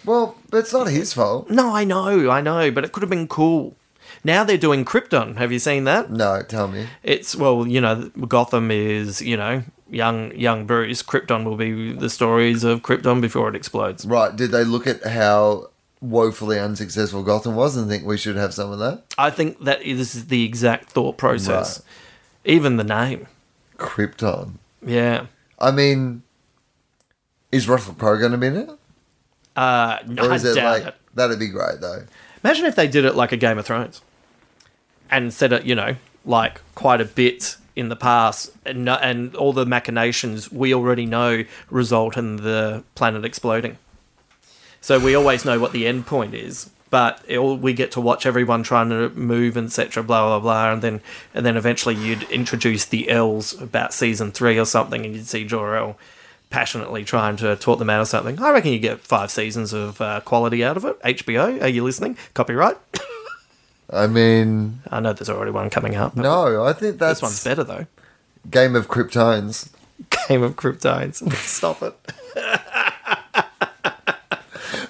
Speaker 1: Well, but it's not his fault.
Speaker 3: No, I know, I know, but it could have been cool. Now they're doing Krypton. Have you seen that?
Speaker 1: No, tell me.
Speaker 3: It's well, you know, Gotham is you know young young Bruce. Krypton will be the stories of Krypton before it explodes.
Speaker 1: Right, did they look at how woefully unsuccessful Gotham was and think we should have some of that?
Speaker 3: I think that is the exact thought process. Even the name,
Speaker 1: Krypton.
Speaker 3: yeah.
Speaker 1: I mean, is Russell Crowe going to be in it?
Speaker 3: Uh, no,
Speaker 1: Or
Speaker 3: I
Speaker 1: is it
Speaker 3: doubt
Speaker 1: like,
Speaker 3: it.
Speaker 1: that'd be great though.
Speaker 3: Imagine if they did it like a Game of Thrones and said it, you know, like quite a bit in the past, and no, and all the machinations we already know result in the planet exploding. So we always know what the end point is, but it, all- we get to watch everyone trying to move, etc., blah blah blah, and then and then eventually you'd introduce the L's about season three or something, and you'd see Jor El passionately trying to talk them out of something. I reckon you get five seasons of uh, quality out of it. HBO, are you listening? Copyright.
Speaker 1: I mean,
Speaker 3: I know there's already one coming up. but
Speaker 1: no, I think
Speaker 3: this
Speaker 1: that's
Speaker 3: one's better though.
Speaker 1: Game of Kryptones.
Speaker 3: Game of Cryptides. Stop it.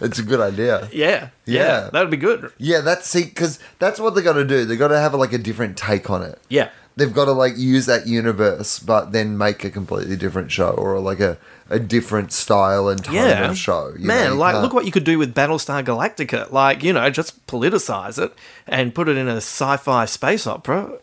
Speaker 1: It's a good idea.
Speaker 3: Yeah, yeah,
Speaker 1: Yeah.
Speaker 3: that would be good.
Speaker 1: Yeah, that's see, because that's what they got to do. They got to have like a different take on it.
Speaker 3: Yeah,
Speaker 1: They've got to like use that universe, but then make a completely different show or like a, a different style and tone
Speaker 3: yeah.
Speaker 1: of show. you know,
Speaker 3: Man,
Speaker 1: you
Speaker 3: like,
Speaker 1: can't-
Speaker 3: look what you could do with Battlestar Galactica. Like, you know, just politicize it and put it in a sci-fi space opera.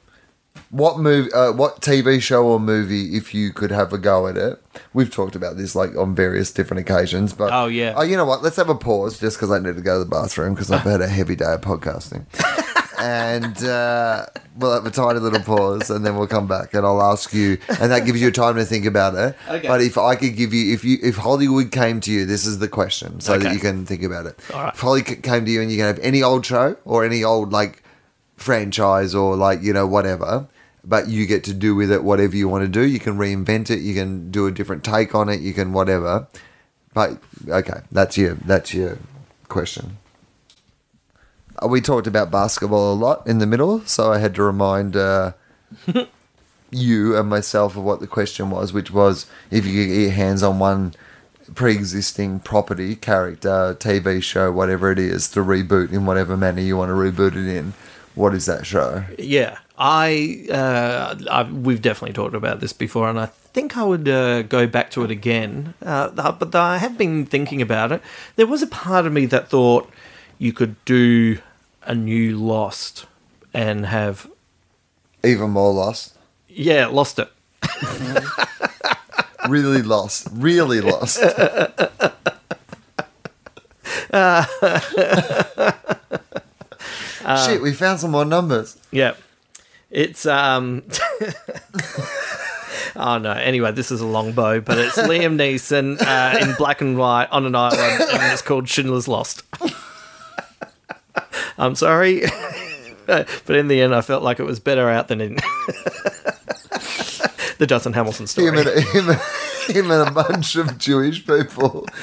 Speaker 1: what movie, uh, what TV show or movie, if you could have a go at it? We've talked about this like on various different occasions, but
Speaker 3: Oh, yeah.
Speaker 1: oh, you know what? Let's have a pause just because I need to go to the bathroom because I've had a heavy day of podcasting, and uh, we'll have a tiny little pause and then we'll come back and I'll ask you, and that gives you time to think about it.
Speaker 3: Okay.
Speaker 1: But if I could give you, if you, if Hollywood came to you, this is the question, so that
Speaker 3: Okay.
Speaker 1: you can think about it.
Speaker 3: All right.
Speaker 1: If Hollywood came to you and you can have any old show or any old like franchise or like you know whatever but you get to do with it whatever you want to do you can reinvent it you can do a different take on it you can whatever but okay that's your that's your question Uh, we talked about basketball a lot in the middle so i had to remind uh, you and myself of what the question was which was if you could get your hands on one pre-existing property character tv show whatever it is to reboot in whatever manner you want to reboot it in what is that show
Speaker 3: Yeah, I, uh, I we've definitely talked about this before, and I think I would uh, go back to it again. Uh, th- but I have been thinking about it. There was a part of me that thought you could do a new Lost and have
Speaker 1: even more lost
Speaker 3: yeah, Lost it.
Speaker 1: really lost, really lost. Shit, we found some more numbers.
Speaker 3: Yeah. It's um Oh no. Anyway, this is a long bow, but it's Liam Neeson uh, in black and white on an island and it's called Schindler's Lost. I'm sorry. but in the end I felt like it was better out than in the Dustin Hamilton story.
Speaker 1: Him and, him, and- him and a bunch of Jewish people.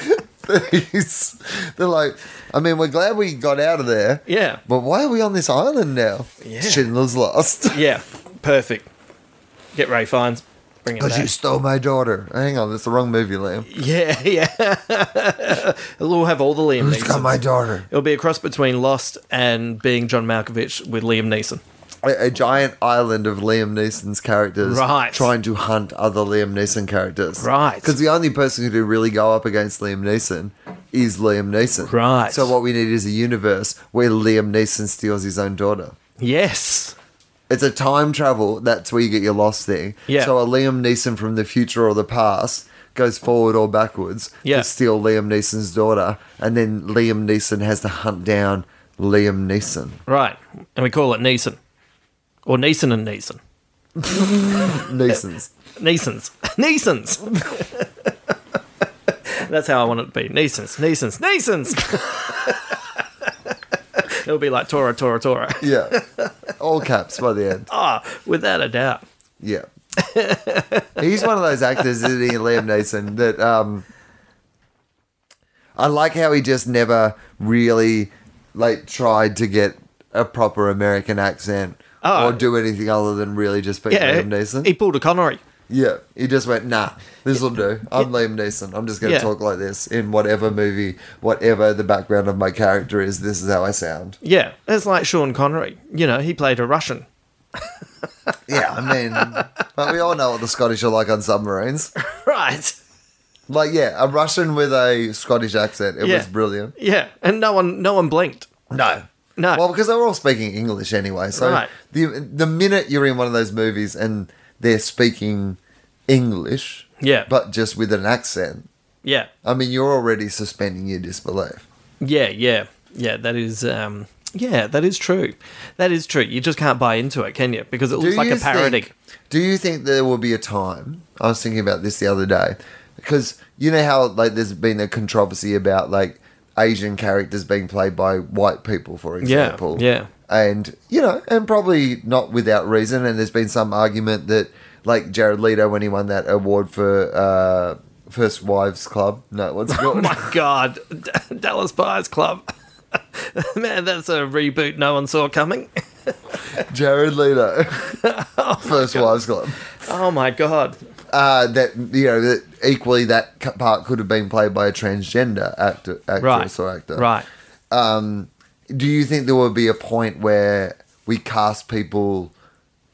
Speaker 1: He's- They're like, I mean, we're glad we got out of there.
Speaker 3: Yeah.
Speaker 1: But why are we on this island now?
Speaker 3: Yeah.
Speaker 1: Schindler's lost.
Speaker 3: Yeah. Perfect. Get Ray Fiennes. Bring it
Speaker 1: Because you
Speaker 3: back.
Speaker 1: stole my daughter. Hang on, that's the wrong movie, Liam.
Speaker 3: Yeah, yeah. we'll have all the Liam
Speaker 1: Who's got
Speaker 3: Neesons.
Speaker 1: my daughter?
Speaker 3: It'll be a cross between Lost and being John Malkovich with Liam Neeson.
Speaker 1: a, a giant island of Liam Neeson's characters
Speaker 3: Right.
Speaker 1: trying to hunt other Liam Neeson characters.
Speaker 3: Right.
Speaker 1: Because the only person who could really go up against Liam Neeson is Liam Neeson.
Speaker 3: Right.
Speaker 1: So what we need is a universe where Liam Neeson steals his own daughter.
Speaker 3: Yes.
Speaker 1: It's a time travel. That's where you get your lost thing.
Speaker 3: Yeah.
Speaker 1: So a Liam Neeson from the future or the past goes forward or backwards
Speaker 3: Yeah.
Speaker 1: to steal Liam Neeson's daughter, and then Liam Neeson has to hunt down Liam Neeson.
Speaker 3: Right. And we call it Neeson. Or Neeson and Neeson.
Speaker 1: Neeson's.
Speaker 3: Neeson's. Neeson's. That's how I want it to be. Neeson's. Neeson's. Neeson's. It'll be like Tora, Tora, Tora.
Speaker 1: Yeah. All caps by the end.
Speaker 3: Ah, without a doubt.
Speaker 1: Yeah. He's one of those actors, isn't he, Liam Neeson, that um I like how he just never really like tried to get a proper American accent
Speaker 3: Oh.
Speaker 1: or do anything other than really just be
Speaker 3: Yeah.
Speaker 1: Liam Neeson.
Speaker 3: He pulled a Connery.
Speaker 1: Yeah, he just went, nah, this will do. I'm Liam Neeson. I'm just going to
Speaker 3: Yeah.
Speaker 1: talk like this in whatever movie, whatever the background of my character is. This is how I sound.
Speaker 3: Yeah, it's like Sean Connery. You know, he played a Russian.
Speaker 1: Yeah, I mean, but we all know what the Scottish are like on submarines.
Speaker 3: Right.
Speaker 1: Like, yeah, a Russian with a Scottish accent. It
Speaker 3: Yeah.
Speaker 1: was brilliant.
Speaker 3: Yeah, and no one, no one blinked.
Speaker 1: No.
Speaker 3: No.
Speaker 1: Well, because they were all speaking English anyway. So
Speaker 3: Right.
Speaker 1: the the minute you're in one of those movies and they're speaking English,
Speaker 3: Yeah.
Speaker 1: but just with an accent,
Speaker 3: Yeah,
Speaker 1: I mean, you're already suspending your disbelief.
Speaker 3: yeah, yeah, yeah. That is, um, yeah, that is true. That is true. You just can't buy into it, can you? Because it looks like
Speaker 1: you
Speaker 3: a parody.
Speaker 1: Think, do you think there will be a time? I was thinking about this the other day because you know how like there's been a controversy about like Asian characters being played by white people, for example.
Speaker 3: yeah.
Speaker 1: And you know, and probably not without reason. And there's been some argument that like Jared Leto when he won that award for uh, First Wives Club. No, what's it
Speaker 3: Oh
Speaker 1: called?
Speaker 3: my God, Dallas Buyers Club. Man, that's a reboot no one saw coming.
Speaker 1: Jared Leto. First Wives Club.
Speaker 3: Oh my God.
Speaker 1: uh, that you know that equally that c- part could have been played by a transgender actor, actress
Speaker 3: Right.
Speaker 1: or actor.
Speaker 3: Right.
Speaker 1: Do you think there will be a point where we cast people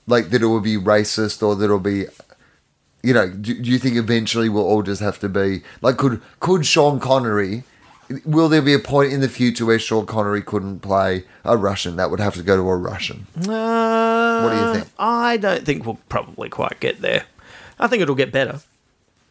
Speaker 1: like that? It will be racist or that it'll be. You know, do, do you think eventually we'll all just have to be like? Could could Sean Connery? Will there be a point in the future where Sean Connery couldn't play a Russian? That would have to go to a Russian.
Speaker 3: Uh,
Speaker 1: What do you think?
Speaker 3: I don't think we'll probably quite get there. I think it'll get better.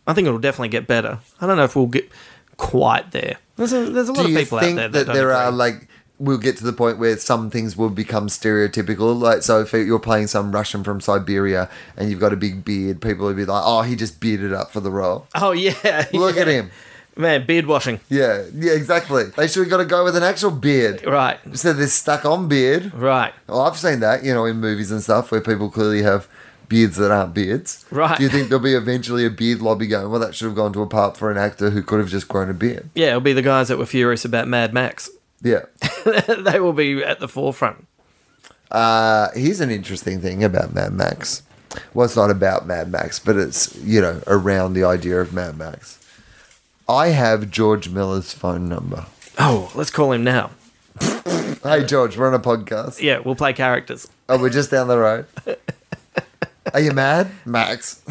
Speaker 3: I think it'll definitely get better. I don't know if we'll get quite there. There's a, there's a lot
Speaker 1: do
Speaker 3: of
Speaker 1: you
Speaker 3: people
Speaker 1: think
Speaker 3: out there that,
Speaker 1: that, there
Speaker 3: don't
Speaker 1: are
Speaker 3: agree.
Speaker 1: like we'll get to the point where some things will become stereotypical like so if you're playing some russian from siberia and you've got a big beard people will be like oh he just bearded up for the role
Speaker 3: Oh yeah,
Speaker 1: look
Speaker 3: yeah.
Speaker 1: at him
Speaker 3: man. Beard washing,
Speaker 1: yeah yeah exactly they should have got a guy with an actual beard
Speaker 3: right?
Speaker 1: so they're stuck on beard
Speaker 3: Right.
Speaker 1: well, i've seen that you know in movies and stuff where people clearly have beards that aren't beards
Speaker 3: Right.
Speaker 1: do you think there'll be eventually a beard lobby going well that should have gone to a part for an actor who could have just grown a beard
Speaker 3: Yeah, it'll be the guys that were furious about Mad Max.
Speaker 1: yeah
Speaker 3: they will be at the forefront.
Speaker 1: Uh, here's an interesting thing about Mad Max. Well, it's not about Mad Max, but it's, you know, around the idea of Mad Max. I have George Miller's phone number.
Speaker 3: Oh, let's call him now.
Speaker 1: Hey, George, we're on a podcast.
Speaker 3: Yeah, we'll play characters.
Speaker 1: Oh, we're just down the road. Are you mad? Max.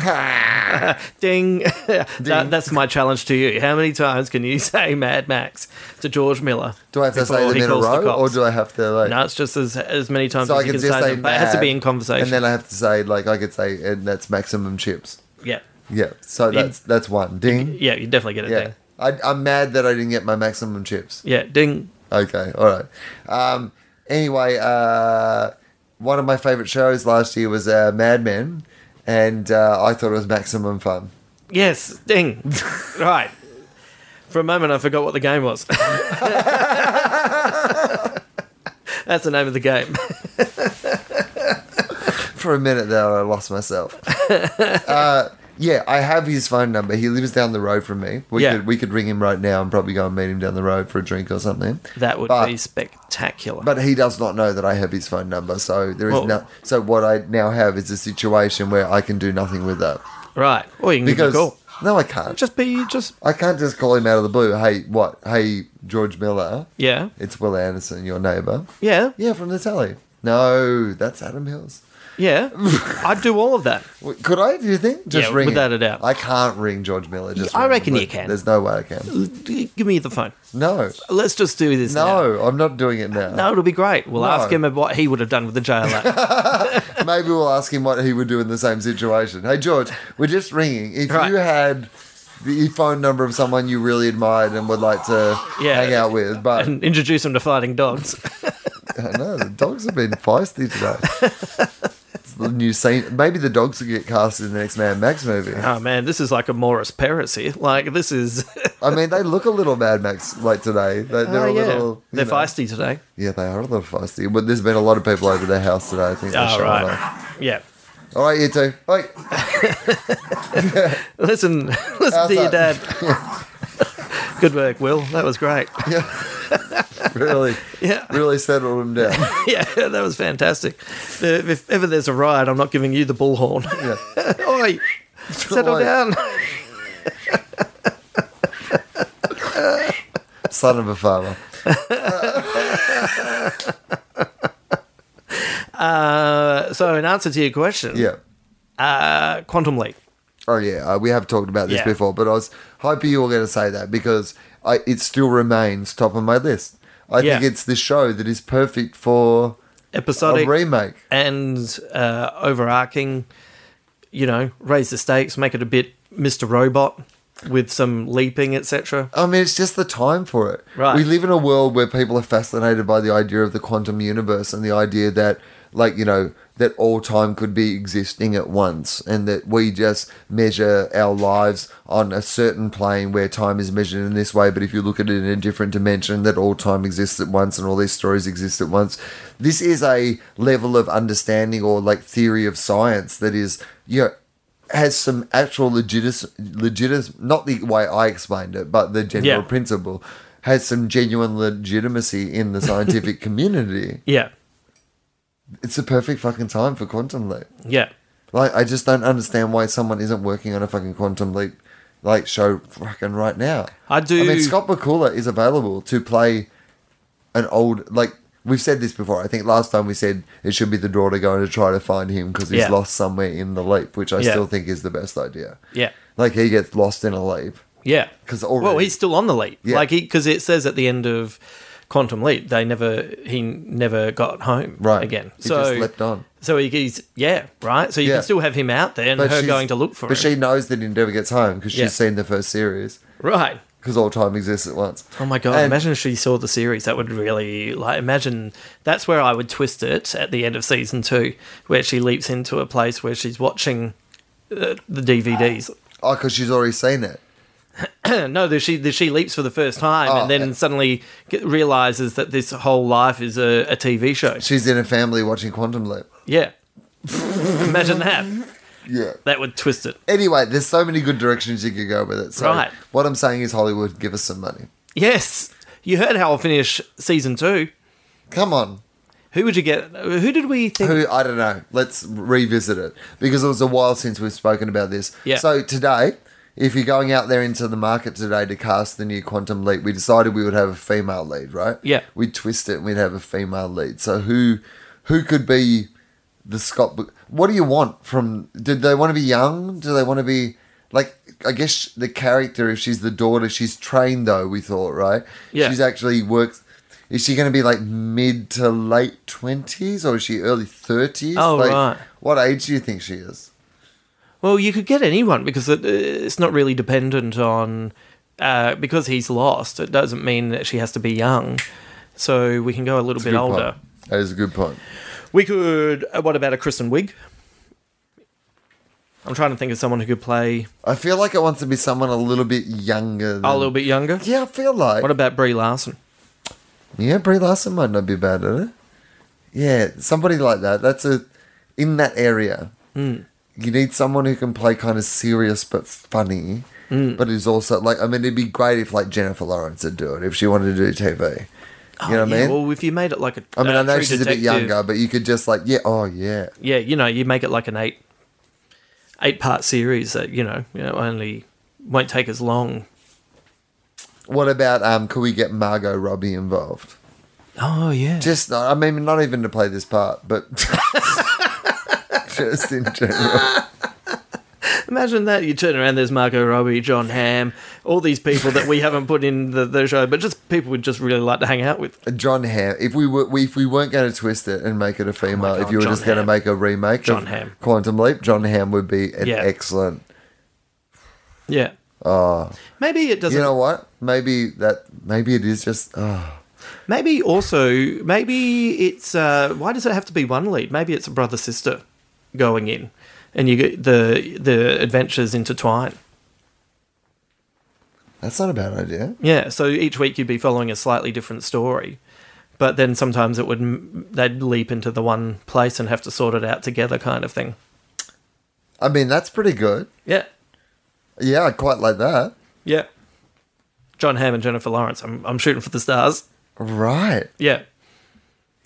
Speaker 3: Ding. That, that's my challenge to you. How many times can you say Mad Max to George Miller?
Speaker 1: Do I have to say
Speaker 3: before
Speaker 1: them
Speaker 3: he
Speaker 1: in a
Speaker 3: calls the
Speaker 1: row or
Speaker 3: cops?
Speaker 1: do I have to, like.
Speaker 3: No, it's just as as many times
Speaker 1: So
Speaker 3: as
Speaker 1: I
Speaker 3: you
Speaker 1: can
Speaker 3: can
Speaker 1: just
Speaker 3: say,
Speaker 1: say
Speaker 3: them, but it has to be
Speaker 1: mad,
Speaker 3: in conversation.
Speaker 1: And then I have to say, like, I could say, and that's maximum chips.
Speaker 3: yeah,
Speaker 1: Yeah. So that's that's one. Ding.
Speaker 3: yeah, you definitely get a
Speaker 1: Yeah.
Speaker 3: ding.
Speaker 1: I, I'm mad that I didn't get my maximum chips.
Speaker 3: Yeah, ding.
Speaker 1: Okay, all right. Um, anyway, uh, one of my favorite shows last year was uh, Mad Men, and uh, I thought it was maximum fun.
Speaker 3: Yes, ding. right. For a moment, I forgot what the game was. That's the name of the game.
Speaker 1: For a minute though, I lost myself. uh, yeah, I have his phone number. He lives down the road from me. We
Speaker 3: Yeah.
Speaker 1: could we could ring him right now and probably go and meet him down the road for a drink or something.
Speaker 3: That would
Speaker 1: But-
Speaker 3: be spectacular.
Speaker 1: But he does not know that I have his phone number, so there is
Speaker 3: Well-
Speaker 1: no. So what I now have is a situation where I can do nothing with that
Speaker 3: right. Or you can give
Speaker 1: because
Speaker 3: give a call.
Speaker 1: no, I can't.
Speaker 3: Just be, just,
Speaker 1: I can't just call him out of the blue. Hey, what? Hey, George Miller.
Speaker 3: yeah.
Speaker 1: It's Will Anderson, your neighbour.
Speaker 3: Yeah.
Speaker 1: Yeah, from the telly. No, that's Adam Hills.
Speaker 3: Yeah. I'd do all of that.
Speaker 1: W- Could I? Do you think? Just
Speaker 3: Yeah,
Speaker 1: ring
Speaker 3: without
Speaker 1: it.
Speaker 3: a doubt.
Speaker 1: I can't ring George Miller. Just
Speaker 3: I
Speaker 1: randomly.
Speaker 3: reckon you can.
Speaker 1: There's no way I can.
Speaker 3: Give me the phone.
Speaker 1: No,
Speaker 3: Let's just do this now.
Speaker 1: no, I'm not doing it now.
Speaker 3: No, it'll be great. We'll
Speaker 1: No.
Speaker 3: ask him what he would have done with the JLA.
Speaker 1: Maybe we'll ask him what he would do in the same situation. Hey, George, we're just ringing. If
Speaker 3: Right.
Speaker 1: you had the phone number of someone you really admired and would like to
Speaker 3: Yeah.
Speaker 1: hang out with, but
Speaker 3: and introduce him to fighting dogs.
Speaker 1: I know the dogs have been feisty today. It's the new scene. Maybe the dogs will get cast in the next Mad Max movie.
Speaker 3: Oh man, this is like a Morris Paris here. Like this is
Speaker 1: I mean, they look a little Mad Max like today. They, they're
Speaker 3: Oh,
Speaker 1: a
Speaker 3: yeah.
Speaker 1: little. you
Speaker 3: They're
Speaker 1: know.
Speaker 3: feisty today.
Speaker 1: Yeah, they are a little feisty. But there's been a lot of people over their house today. I think they're
Speaker 3: All
Speaker 1: showing
Speaker 3: Oh, right.
Speaker 1: off.
Speaker 3: Yeah.
Speaker 1: All right, you two. All right.
Speaker 3: Listen, listen
Speaker 1: How's
Speaker 3: to your
Speaker 1: that?
Speaker 3: dad. Good work, Will. That was great.
Speaker 1: Really,
Speaker 3: Yeah.
Speaker 1: really settled them down.
Speaker 3: Yeah, that was fantastic. The- If ever there's a riot, I'm not giving you the bullhorn. Oi, Settle
Speaker 1: Like,
Speaker 3: down.
Speaker 1: Son of a farmer.
Speaker 3: Uh, so, in answer to your question,
Speaker 1: Yeah.
Speaker 3: uh, Quantum Leap.
Speaker 1: Oh yeah, uh, we have talked about this
Speaker 3: Yeah.
Speaker 1: before, but I was hoping you were going to say that because I, it still remains top of my list. I
Speaker 3: Yeah.
Speaker 1: think it's the show that is perfect for
Speaker 3: Episodic
Speaker 1: a remake.
Speaker 3: and uh, overarching, you know, raise the stakes, make it a bit Mr. Robot with some leaping, etc.
Speaker 1: I mean, it's just the time for it.
Speaker 3: Right.
Speaker 1: We live in a world where people are fascinated by the idea of the quantum universe and the idea that, like, you know, that all time could be existing at once and that we just measure our lives on a certain plane where time is measured in this way. But if you look at it in a different dimension, that all time exists at once and all these stories exist at once. This is a level of understanding or, like, theory of science that is, you know, has some actual legit, legit, not the way I explained it, but the general
Speaker 3: Yeah.
Speaker 1: principle has some genuine legitimacy in the scientific community.
Speaker 3: Yeah,
Speaker 1: It's the perfect fucking time for quantum leap.
Speaker 3: yeah.
Speaker 1: Like, I just don't understand why someone isn't working on a fucking quantum leap like show fucking right now.
Speaker 3: I do-
Speaker 1: I mean, Scott McCullough is available to play an old like. We've said this before. I think last time we said it should be the daughter going to try to find him because he's
Speaker 3: Yeah.
Speaker 1: lost somewhere in the leap, which I
Speaker 3: Yeah.
Speaker 1: still think is the best idea.
Speaker 3: Yeah.
Speaker 1: Like he gets lost in a leap.
Speaker 3: Yeah,
Speaker 1: 'Cause
Speaker 3: well,
Speaker 1: already-
Speaker 3: he's still on the leap.
Speaker 1: Yeah.
Speaker 3: Like he because it says at the end of Quantum Leap, they never he never got home
Speaker 1: Right.
Speaker 3: again.
Speaker 1: He
Speaker 3: so
Speaker 1: just leapt on.
Speaker 3: So he, he's yeah right. So you
Speaker 1: Yeah.
Speaker 3: can still have him out there and her
Speaker 1: she's-
Speaker 3: going to look for
Speaker 1: But
Speaker 3: him.
Speaker 1: she knows that he never gets home because she's
Speaker 3: Yeah.
Speaker 1: seen the first series
Speaker 3: right.
Speaker 1: because all time exists at once.
Speaker 3: Oh my god!
Speaker 1: And-
Speaker 3: imagine if she saw the series. That would really like imagine. That's where I would twist it at the end of season two, where she leaps into a place where she's watching uh, the DVDs.
Speaker 1: Oh, because she's already seen it.
Speaker 3: no, that she that she leaps for the first time
Speaker 1: Oh,
Speaker 3: and then
Speaker 1: yeah.
Speaker 3: suddenly get, realizes that this whole life is a, a TV show.
Speaker 1: She's in a family watching Quantum Leap.
Speaker 3: Yeah. Imagine that.
Speaker 1: Yeah.
Speaker 3: That would twist it.
Speaker 1: Anyway, there's so many good directions you could go with it. So
Speaker 3: Right.
Speaker 1: what I'm saying is Hollywood, give us some money.
Speaker 3: Yes. You heard how I'll finish season two.
Speaker 1: Come on.
Speaker 3: Who would you get? Who did we think?
Speaker 1: Who I don't know. Let's revisit it because it was a while since we've spoken about this.
Speaker 3: Yeah.
Speaker 1: So today, if you're going out there into the market today to cast the new Quantum Leap, we decided we would have a female lead, right?
Speaker 3: Yeah.
Speaker 1: We'd twist it and we'd have a female lead. So who who could be the Scott? Bo- What do you want from? Did they want to be young? Do they want to be like? I guess the character, if she's the daughter, she's trained though. We thought, right?
Speaker 3: Yeah.
Speaker 1: She's actually worked. Is she going to be like mid to late twenties, or is she early thirties?
Speaker 3: Oh,
Speaker 1: like,
Speaker 3: right.
Speaker 1: What age do you think she is?
Speaker 3: Well, you could get anyone because it, uh, it's not really dependent on. Uh, because he's lost, it doesn't mean that she has to be young. So we can go a little bit
Speaker 1: Good
Speaker 3: older.
Speaker 1: Point. That is a good point.
Speaker 3: We could. Uh, what about a Kristen Wiig? I'm trying to think of someone who could play
Speaker 1: I feel like it wants to be someone a little bit younger. Than,
Speaker 3: a little bit younger.
Speaker 1: Yeah, I feel like.
Speaker 3: What about Brie Larson?
Speaker 1: Yeah, Brie Larson might not be bad at it. Yeah, somebody like that. That's a in that area.
Speaker 3: Hmm.
Speaker 1: You need someone who can play kind of serious but funny,
Speaker 3: Hmm.
Speaker 1: but is also like I mean, it'd be great if like Jennifer Lawrence would do it if she wanted to do TV. You know what I
Speaker 3: Oh, Yeah,
Speaker 1: mean?
Speaker 3: Well, if you made it like a.
Speaker 1: I mean,
Speaker 3: uh,
Speaker 1: I know
Speaker 3: True
Speaker 1: she's a bit
Speaker 3: Detective-
Speaker 1: younger, but you could just like, yeah, oh yeah,
Speaker 3: yeah, you know, you make it like an eight eight part series that you know, you know, only won't take as long.
Speaker 1: What about um? Could we get Margot Robbie involved?
Speaker 3: Oh yeah,
Speaker 1: Just, I mean, not even to play this part, but just in general.
Speaker 3: imagine that. You turn around, there's Margot Robbie, John Hamm, all these people that we haven't put in the, the show, but just people would just really like to hang out with.
Speaker 1: John Hamm. If we were, we, if we weren't going to twist it and make it a female,
Speaker 3: Oh God,
Speaker 1: if you were
Speaker 3: John
Speaker 1: just going to
Speaker 3: Hamm.
Speaker 1: make a remake
Speaker 3: John
Speaker 1: of
Speaker 3: Hamm.
Speaker 1: Quantum Leap, John Hamm would be an
Speaker 3: Yeah.
Speaker 1: excellent.
Speaker 3: Yeah. Oh. Maybe it doesn't.
Speaker 1: You know what? Maybe that. Maybe it is just. Oh,
Speaker 3: maybe also. Maybe it's. Uh, why does it have to be one lead? Maybe it's a brother sister going in, and you get the the adventures intertwine.
Speaker 1: that's not a bad idea.
Speaker 3: Yeah, so each week you'd be following a slightly different story, but then sometimes it would m- they'd leap into the one place and have to sort it out together, kind of thing.
Speaker 1: I mean, that's pretty good.
Speaker 3: Yeah,
Speaker 1: Yeah, I quite like that.
Speaker 3: yeah. John Hamm and Jennifer Lawrence. I'm I'm shooting for the stars.
Speaker 1: Right.
Speaker 3: Yeah,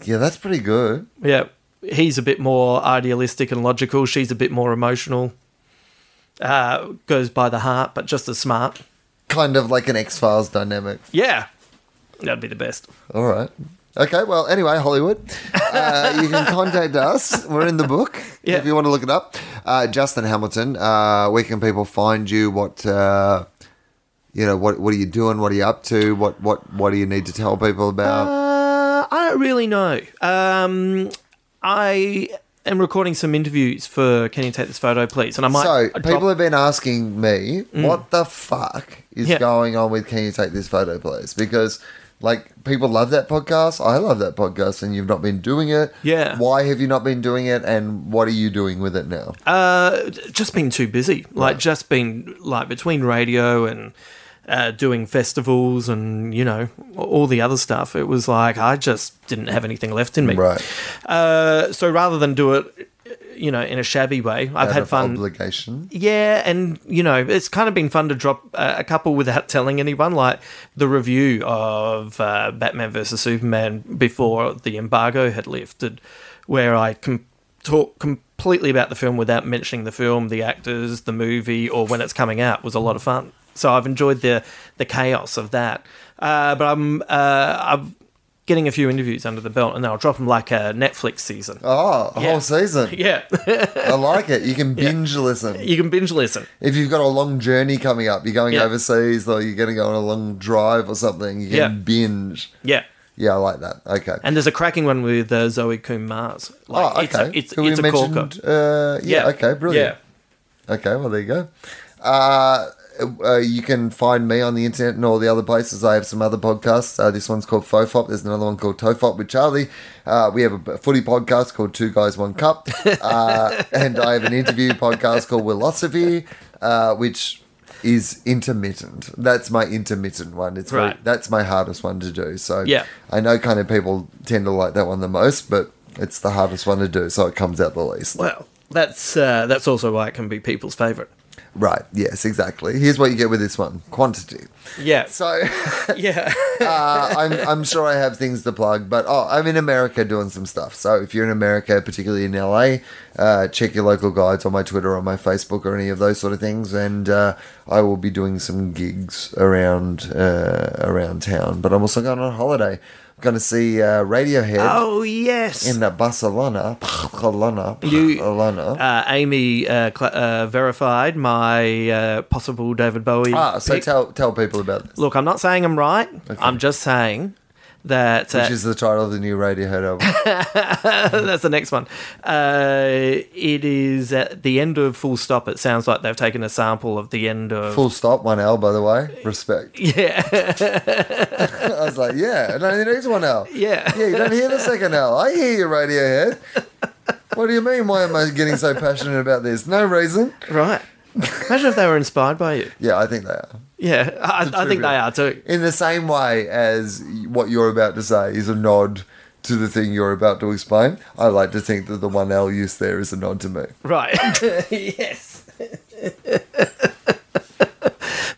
Speaker 1: Yeah, that's pretty good.
Speaker 3: yeah. He's a bit more idealistic and logical. She's a bit more emotional. uh, goes by the heart, but just as smart.
Speaker 1: Kind of like an X Files dynamic.
Speaker 3: Yeah, that'd be the best.
Speaker 1: All right. Okay, well, anyway, Hollywood, uh, you can contact us. We're in the book
Speaker 3: Yeah.
Speaker 1: if you want to look it up.
Speaker 4: Uh, Justin Hamilton, uh, where can people find you? What uh, you know? What what are you doing? What are you up to? What what what do you need to tell people about?
Speaker 3: Uh, I don't really know. Um, I am recording some interviews for Can You Take This Photo, Please? And I might.
Speaker 1: So,
Speaker 3: drop-
Speaker 1: people have been asking me, what the fuck is
Speaker 3: Mm. Yeah.
Speaker 1: going on with Can You Take This Photo, Please? Because, like, people love that podcast. I love that podcast, and you've not been doing it.
Speaker 3: Yeah.
Speaker 1: Why have you not been doing it, and what are you doing with it now?
Speaker 3: Uh, just been too busy. Like just been like between radio and uh, doing festivals and you know all the other stuff. It was like I just didn't have anything left in me.
Speaker 1: right.
Speaker 3: Uh, so rather than do it, you know, in a shabby way, I've
Speaker 1: Out
Speaker 3: had
Speaker 1: of
Speaker 3: fun.
Speaker 1: Obligation.
Speaker 3: yeah, and you know, it's kind of been fun to drop uh, a couple without telling anyone, like the review of uh, Batman versus Superman before the embargo had lifted, where I com- talk completely about the film without mentioning the film, the actors, the movie, or when it's coming out was a lot of fun. So I've enjoyed the the chaos of that. Uh, but I'm uh, I'm getting a few interviews under the belt, and I'll drop them like a Netflix season.
Speaker 1: Oh, a
Speaker 3: Yeah.
Speaker 1: whole season.
Speaker 3: Yeah,
Speaker 1: I like it. You can binge listen.
Speaker 3: you can binge listen.
Speaker 1: if you've got a long journey coming up, you're going
Speaker 3: Yeah.
Speaker 1: overseas or you're going to go on a long drive or something, you can
Speaker 3: Yeah.
Speaker 1: binge.
Speaker 3: Yeah.
Speaker 1: Yeah, I like that. Okay.
Speaker 3: And there's a cracking one with uh, Zoe Coombe Mars. Like,
Speaker 1: oh, okay.
Speaker 3: It's a, it's,
Speaker 1: Who we
Speaker 3: it's a corker.
Speaker 1: mentioned, Uh, yeah, Okay. Brilliant.
Speaker 3: Yeah.
Speaker 1: Okay. Well, there you go. Uh, uh, you can find me on the internet and all the other places. I have some other podcasts. Uh, this one's called Fofop. There's another one called Tofop with Charlie. Uh, we have a b- footy podcast called Two Guys One Cup, uh, and I have an interview podcast called Philosophy, uh, which is intermittent. That's my intermittent one. It's very-
Speaker 3: Right.
Speaker 1: that's my hardest one to do. So
Speaker 3: Yeah.
Speaker 1: I know kind of people tend to like that one the most, but it's the hardest one to do, so it comes out the least.
Speaker 3: Well, that's uh, that's also why it can be people's favourite.
Speaker 1: Right. Yes, exactly. Here's what you get with this one quantity.
Speaker 3: Yeah.
Speaker 1: So
Speaker 3: yeah.
Speaker 1: uh, I'm, I'm sure I have things to plug, but oh, I'm in America doing some stuff. So if you're in America, particularly in LA, uh, check your local guides on my Twitter or my Facebook or any of those sort of things. And uh, I will be doing some gigs around uh, around town. But I'm also going on holiday. I'm going to see uh, Radiohead
Speaker 3: oh, yes.
Speaker 1: in uh, Barcelona. Barcelona.
Speaker 3: You-
Speaker 1: Barcelona.
Speaker 3: uh, Amy uh, cl- uh, verified my uh, possible David Bowie.
Speaker 1: ah, so
Speaker 3: pick.
Speaker 1: tell tell people about this.
Speaker 3: Look, I'm not saying I'm right. I'm just saying that uh,
Speaker 1: Which is the title of the new Radiohead album.
Speaker 3: that's the next one. Uh, it is at the end of Full Stop. It sounds like they've taken a sample of the end of
Speaker 1: Full stop, one L, by the way. Respect.
Speaker 3: Yeah,
Speaker 1: I was like, yeah, and only needs one L.
Speaker 3: yeah.
Speaker 1: Yeah, you don't hear the second L. I hear you, Radiohead. What do you mean? Why am I getting so passionate about this? No reason.
Speaker 3: Right. Imagine if they were inspired by you.
Speaker 1: Yeah, I think they are.
Speaker 3: Yeah, I, I think they are too.
Speaker 1: In the same way as what you're about to say is a nod to the thing you're about to explain, I like to think that the one L use there is a nod to me.
Speaker 3: Right. yes.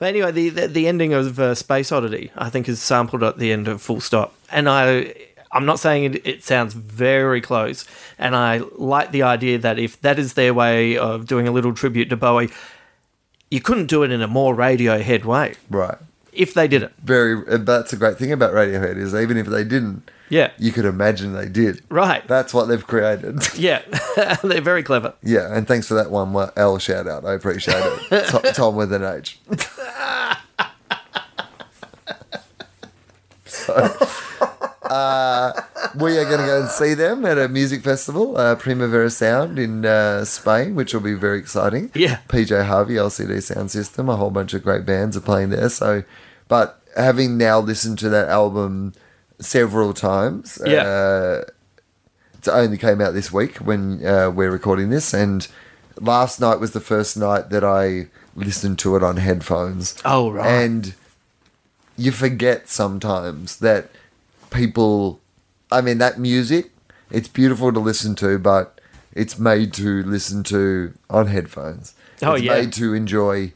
Speaker 3: but anyway, the, the the ending of uh, Space Oddity, I think, is sampled at the end of Full Stop, and I. I'm not saying it, it sounds very close, and I like the idea that if that is their way of doing a little tribute to Bowie, you couldn't do it in a more Radiohead way
Speaker 1: Right.
Speaker 3: if they did it.
Speaker 1: Very. and That's a great thing about Radiohead is even if they didn't,
Speaker 3: Yeah.
Speaker 1: you could imagine they did.
Speaker 3: Right.
Speaker 1: That's what they've created.
Speaker 3: Yeah. They're very clever.
Speaker 1: Yeah, and thanks for that one wa- L shout out. I appreciate it. To- Tom with an H. so, uh, we are going to go and see them at a music festival, uh, Primavera Sound in uh, Spain, which will be very exciting.
Speaker 3: Yeah.
Speaker 1: PJ Harvey, LCD Sound System, a whole bunch of great bands are playing there. So, but having now listened to that album several times,
Speaker 3: Yeah.
Speaker 1: uh, it only came out this week when uh, we're recording this, and last night was the first night that I listened to it on headphones.
Speaker 3: Oh, right.
Speaker 1: And you forget sometimes that people, I mean, that music, it's beautiful to listen to, but it's made to listen to on headphones.
Speaker 3: Oh,
Speaker 1: it's
Speaker 3: yeah.
Speaker 1: made to enjoy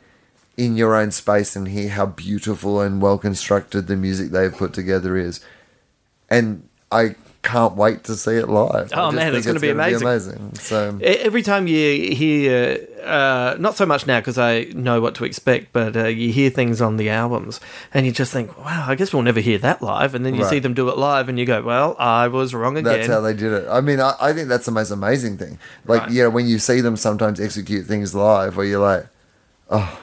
Speaker 1: in your own space and hear how beautiful and well constructed the music they've put together is. And I can't wait to see it live. I
Speaker 3: Oh,
Speaker 1: just
Speaker 3: man,
Speaker 1: think
Speaker 3: it's gonna be
Speaker 1: gonna
Speaker 3: amazing.
Speaker 1: amazing. So
Speaker 3: E- Every time you hear, uh, not so much now because I know what to expect, but uh, you hear things on the albums and you just think, wow, I guess we'll never hear that live. And then you
Speaker 1: Right.
Speaker 3: see them do it live and you go, well, I was wrong again.
Speaker 1: That's how they did it. I mean, I, I think that's the most amazing thing. Like,
Speaker 3: Right.
Speaker 1: you know, when you see them sometimes execute things live where you're like, oh,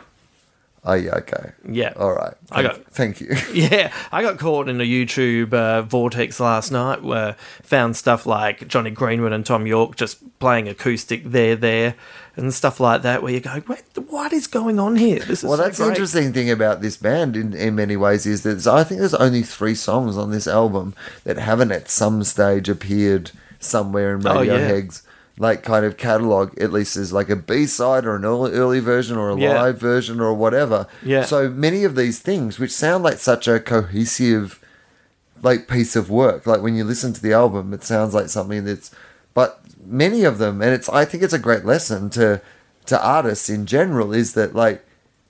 Speaker 1: oh yeah, okay.
Speaker 3: Yeah.
Speaker 1: All right.
Speaker 3: I
Speaker 1: Thank-
Speaker 3: got-
Speaker 1: Thank you.
Speaker 3: Yeah, I got caught in a YouTube uh, vortex last night where found stuff like Johnny Greenwood and Tom York just playing acoustic there, there, and stuff like that. Where you go, Wait, what is going on here? This is
Speaker 1: Well,
Speaker 3: so
Speaker 1: that's the
Speaker 3: great."
Speaker 1: interesting thing about this band in, in many ways is that I think there's only three songs on this album that haven't at some stage appeared somewhere in
Speaker 3: Oh,
Speaker 1: Radio
Speaker 3: yeah.
Speaker 1: Heg's like kind of catalog, at least as like a B side or an early, early version or a
Speaker 3: Yeah.
Speaker 1: live version or whatever.
Speaker 3: Yeah.
Speaker 1: So many of these things, which sound like such a cohesive like piece of work. Like when you listen to the album, it sounds like something that's. But many of them, and it's I think it's a great lesson to to artists in general is that like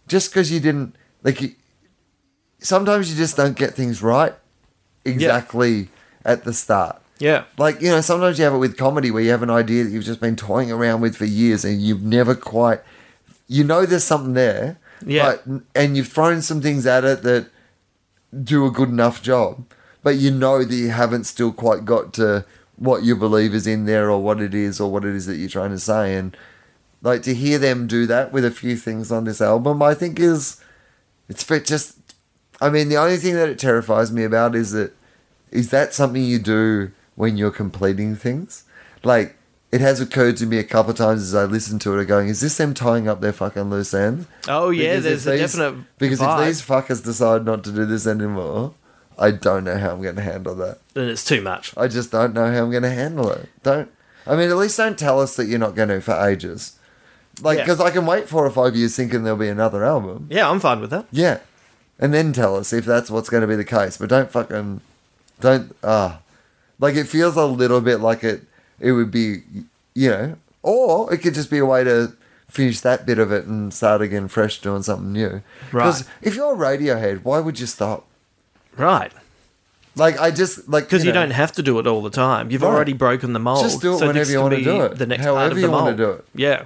Speaker 1: just because you didn't like you, sometimes you just don't get things right exactly at the start.
Speaker 3: Yeah,
Speaker 1: Like, you know, sometimes you have it with comedy where you have an idea that you've just been toying around with for years and you've never quite, you know, there's something there.
Speaker 3: Yeah.
Speaker 1: But, and you've thrown some things at it that do a good enough job, but you know that you haven't still quite got to what you believe is in there or what it is or what it is that you're trying to say. And like to hear them do that with a few things on this album, I think is, it's fit- just, I mean, the only thing that it terrifies me about is that is that something you do when you're completing things? Like, it has occurred to me a couple of times as I listen to it, going, is this them tying up their fucking loose ends?
Speaker 3: Oh, yeah,
Speaker 1: if
Speaker 3: there's a definite
Speaker 1: Because
Speaker 3: vibe.
Speaker 1: if these fuckers decide not to do this anymore, I don't know how I'm going to handle that.
Speaker 3: then it's too much.
Speaker 1: I just don't know how I'm going to handle it. Don't. I mean, at least don't tell us that you're not going to for ages. Like,
Speaker 3: Yeah.
Speaker 1: because I can wait four or five years thinking there'll be another album.
Speaker 3: Yeah, I'm fine with that.
Speaker 1: Yeah. And then tell us if that's what's going to be the case. But don't fucking. Don't. Ah. like, it feels a little bit like it, it would be, you know, or it could just be a way to finish that bit of it and start again fresh doing something new.
Speaker 3: Right.
Speaker 1: if you're Radiohead, why would you stop?
Speaker 3: Right.
Speaker 1: Like, I just. like
Speaker 3: Because you,
Speaker 1: know,
Speaker 3: don't have to do it all the time. You've
Speaker 1: Right.
Speaker 3: already broken the mold.
Speaker 1: Just do it whenever
Speaker 3: this
Speaker 1: you
Speaker 3: can
Speaker 1: wanna
Speaker 3: be
Speaker 1: do it,
Speaker 3: The next part
Speaker 1: however
Speaker 3: of the
Speaker 1: you wanna
Speaker 3: mold.
Speaker 1: do it.
Speaker 3: Yeah,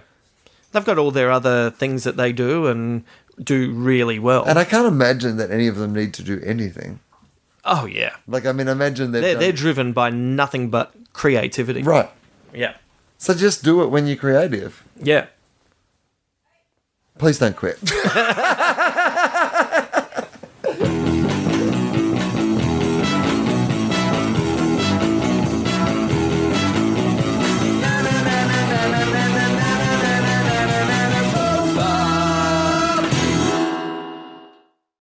Speaker 3: they've got all their other things that they do and do really well.
Speaker 1: And I can't imagine that any of them need to do anything.
Speaker 3: oh yeah,
Speaker 1: Like, I mean, imagine that.
Speaker 3: they're, they're driven by nothing but creativity.
Speaker 1: right.
Speaker 3: Yeah.
Speaker 1: So just do it when you're creative.
Speaker 3: Yeah.
Speaker 1: Please don't quit.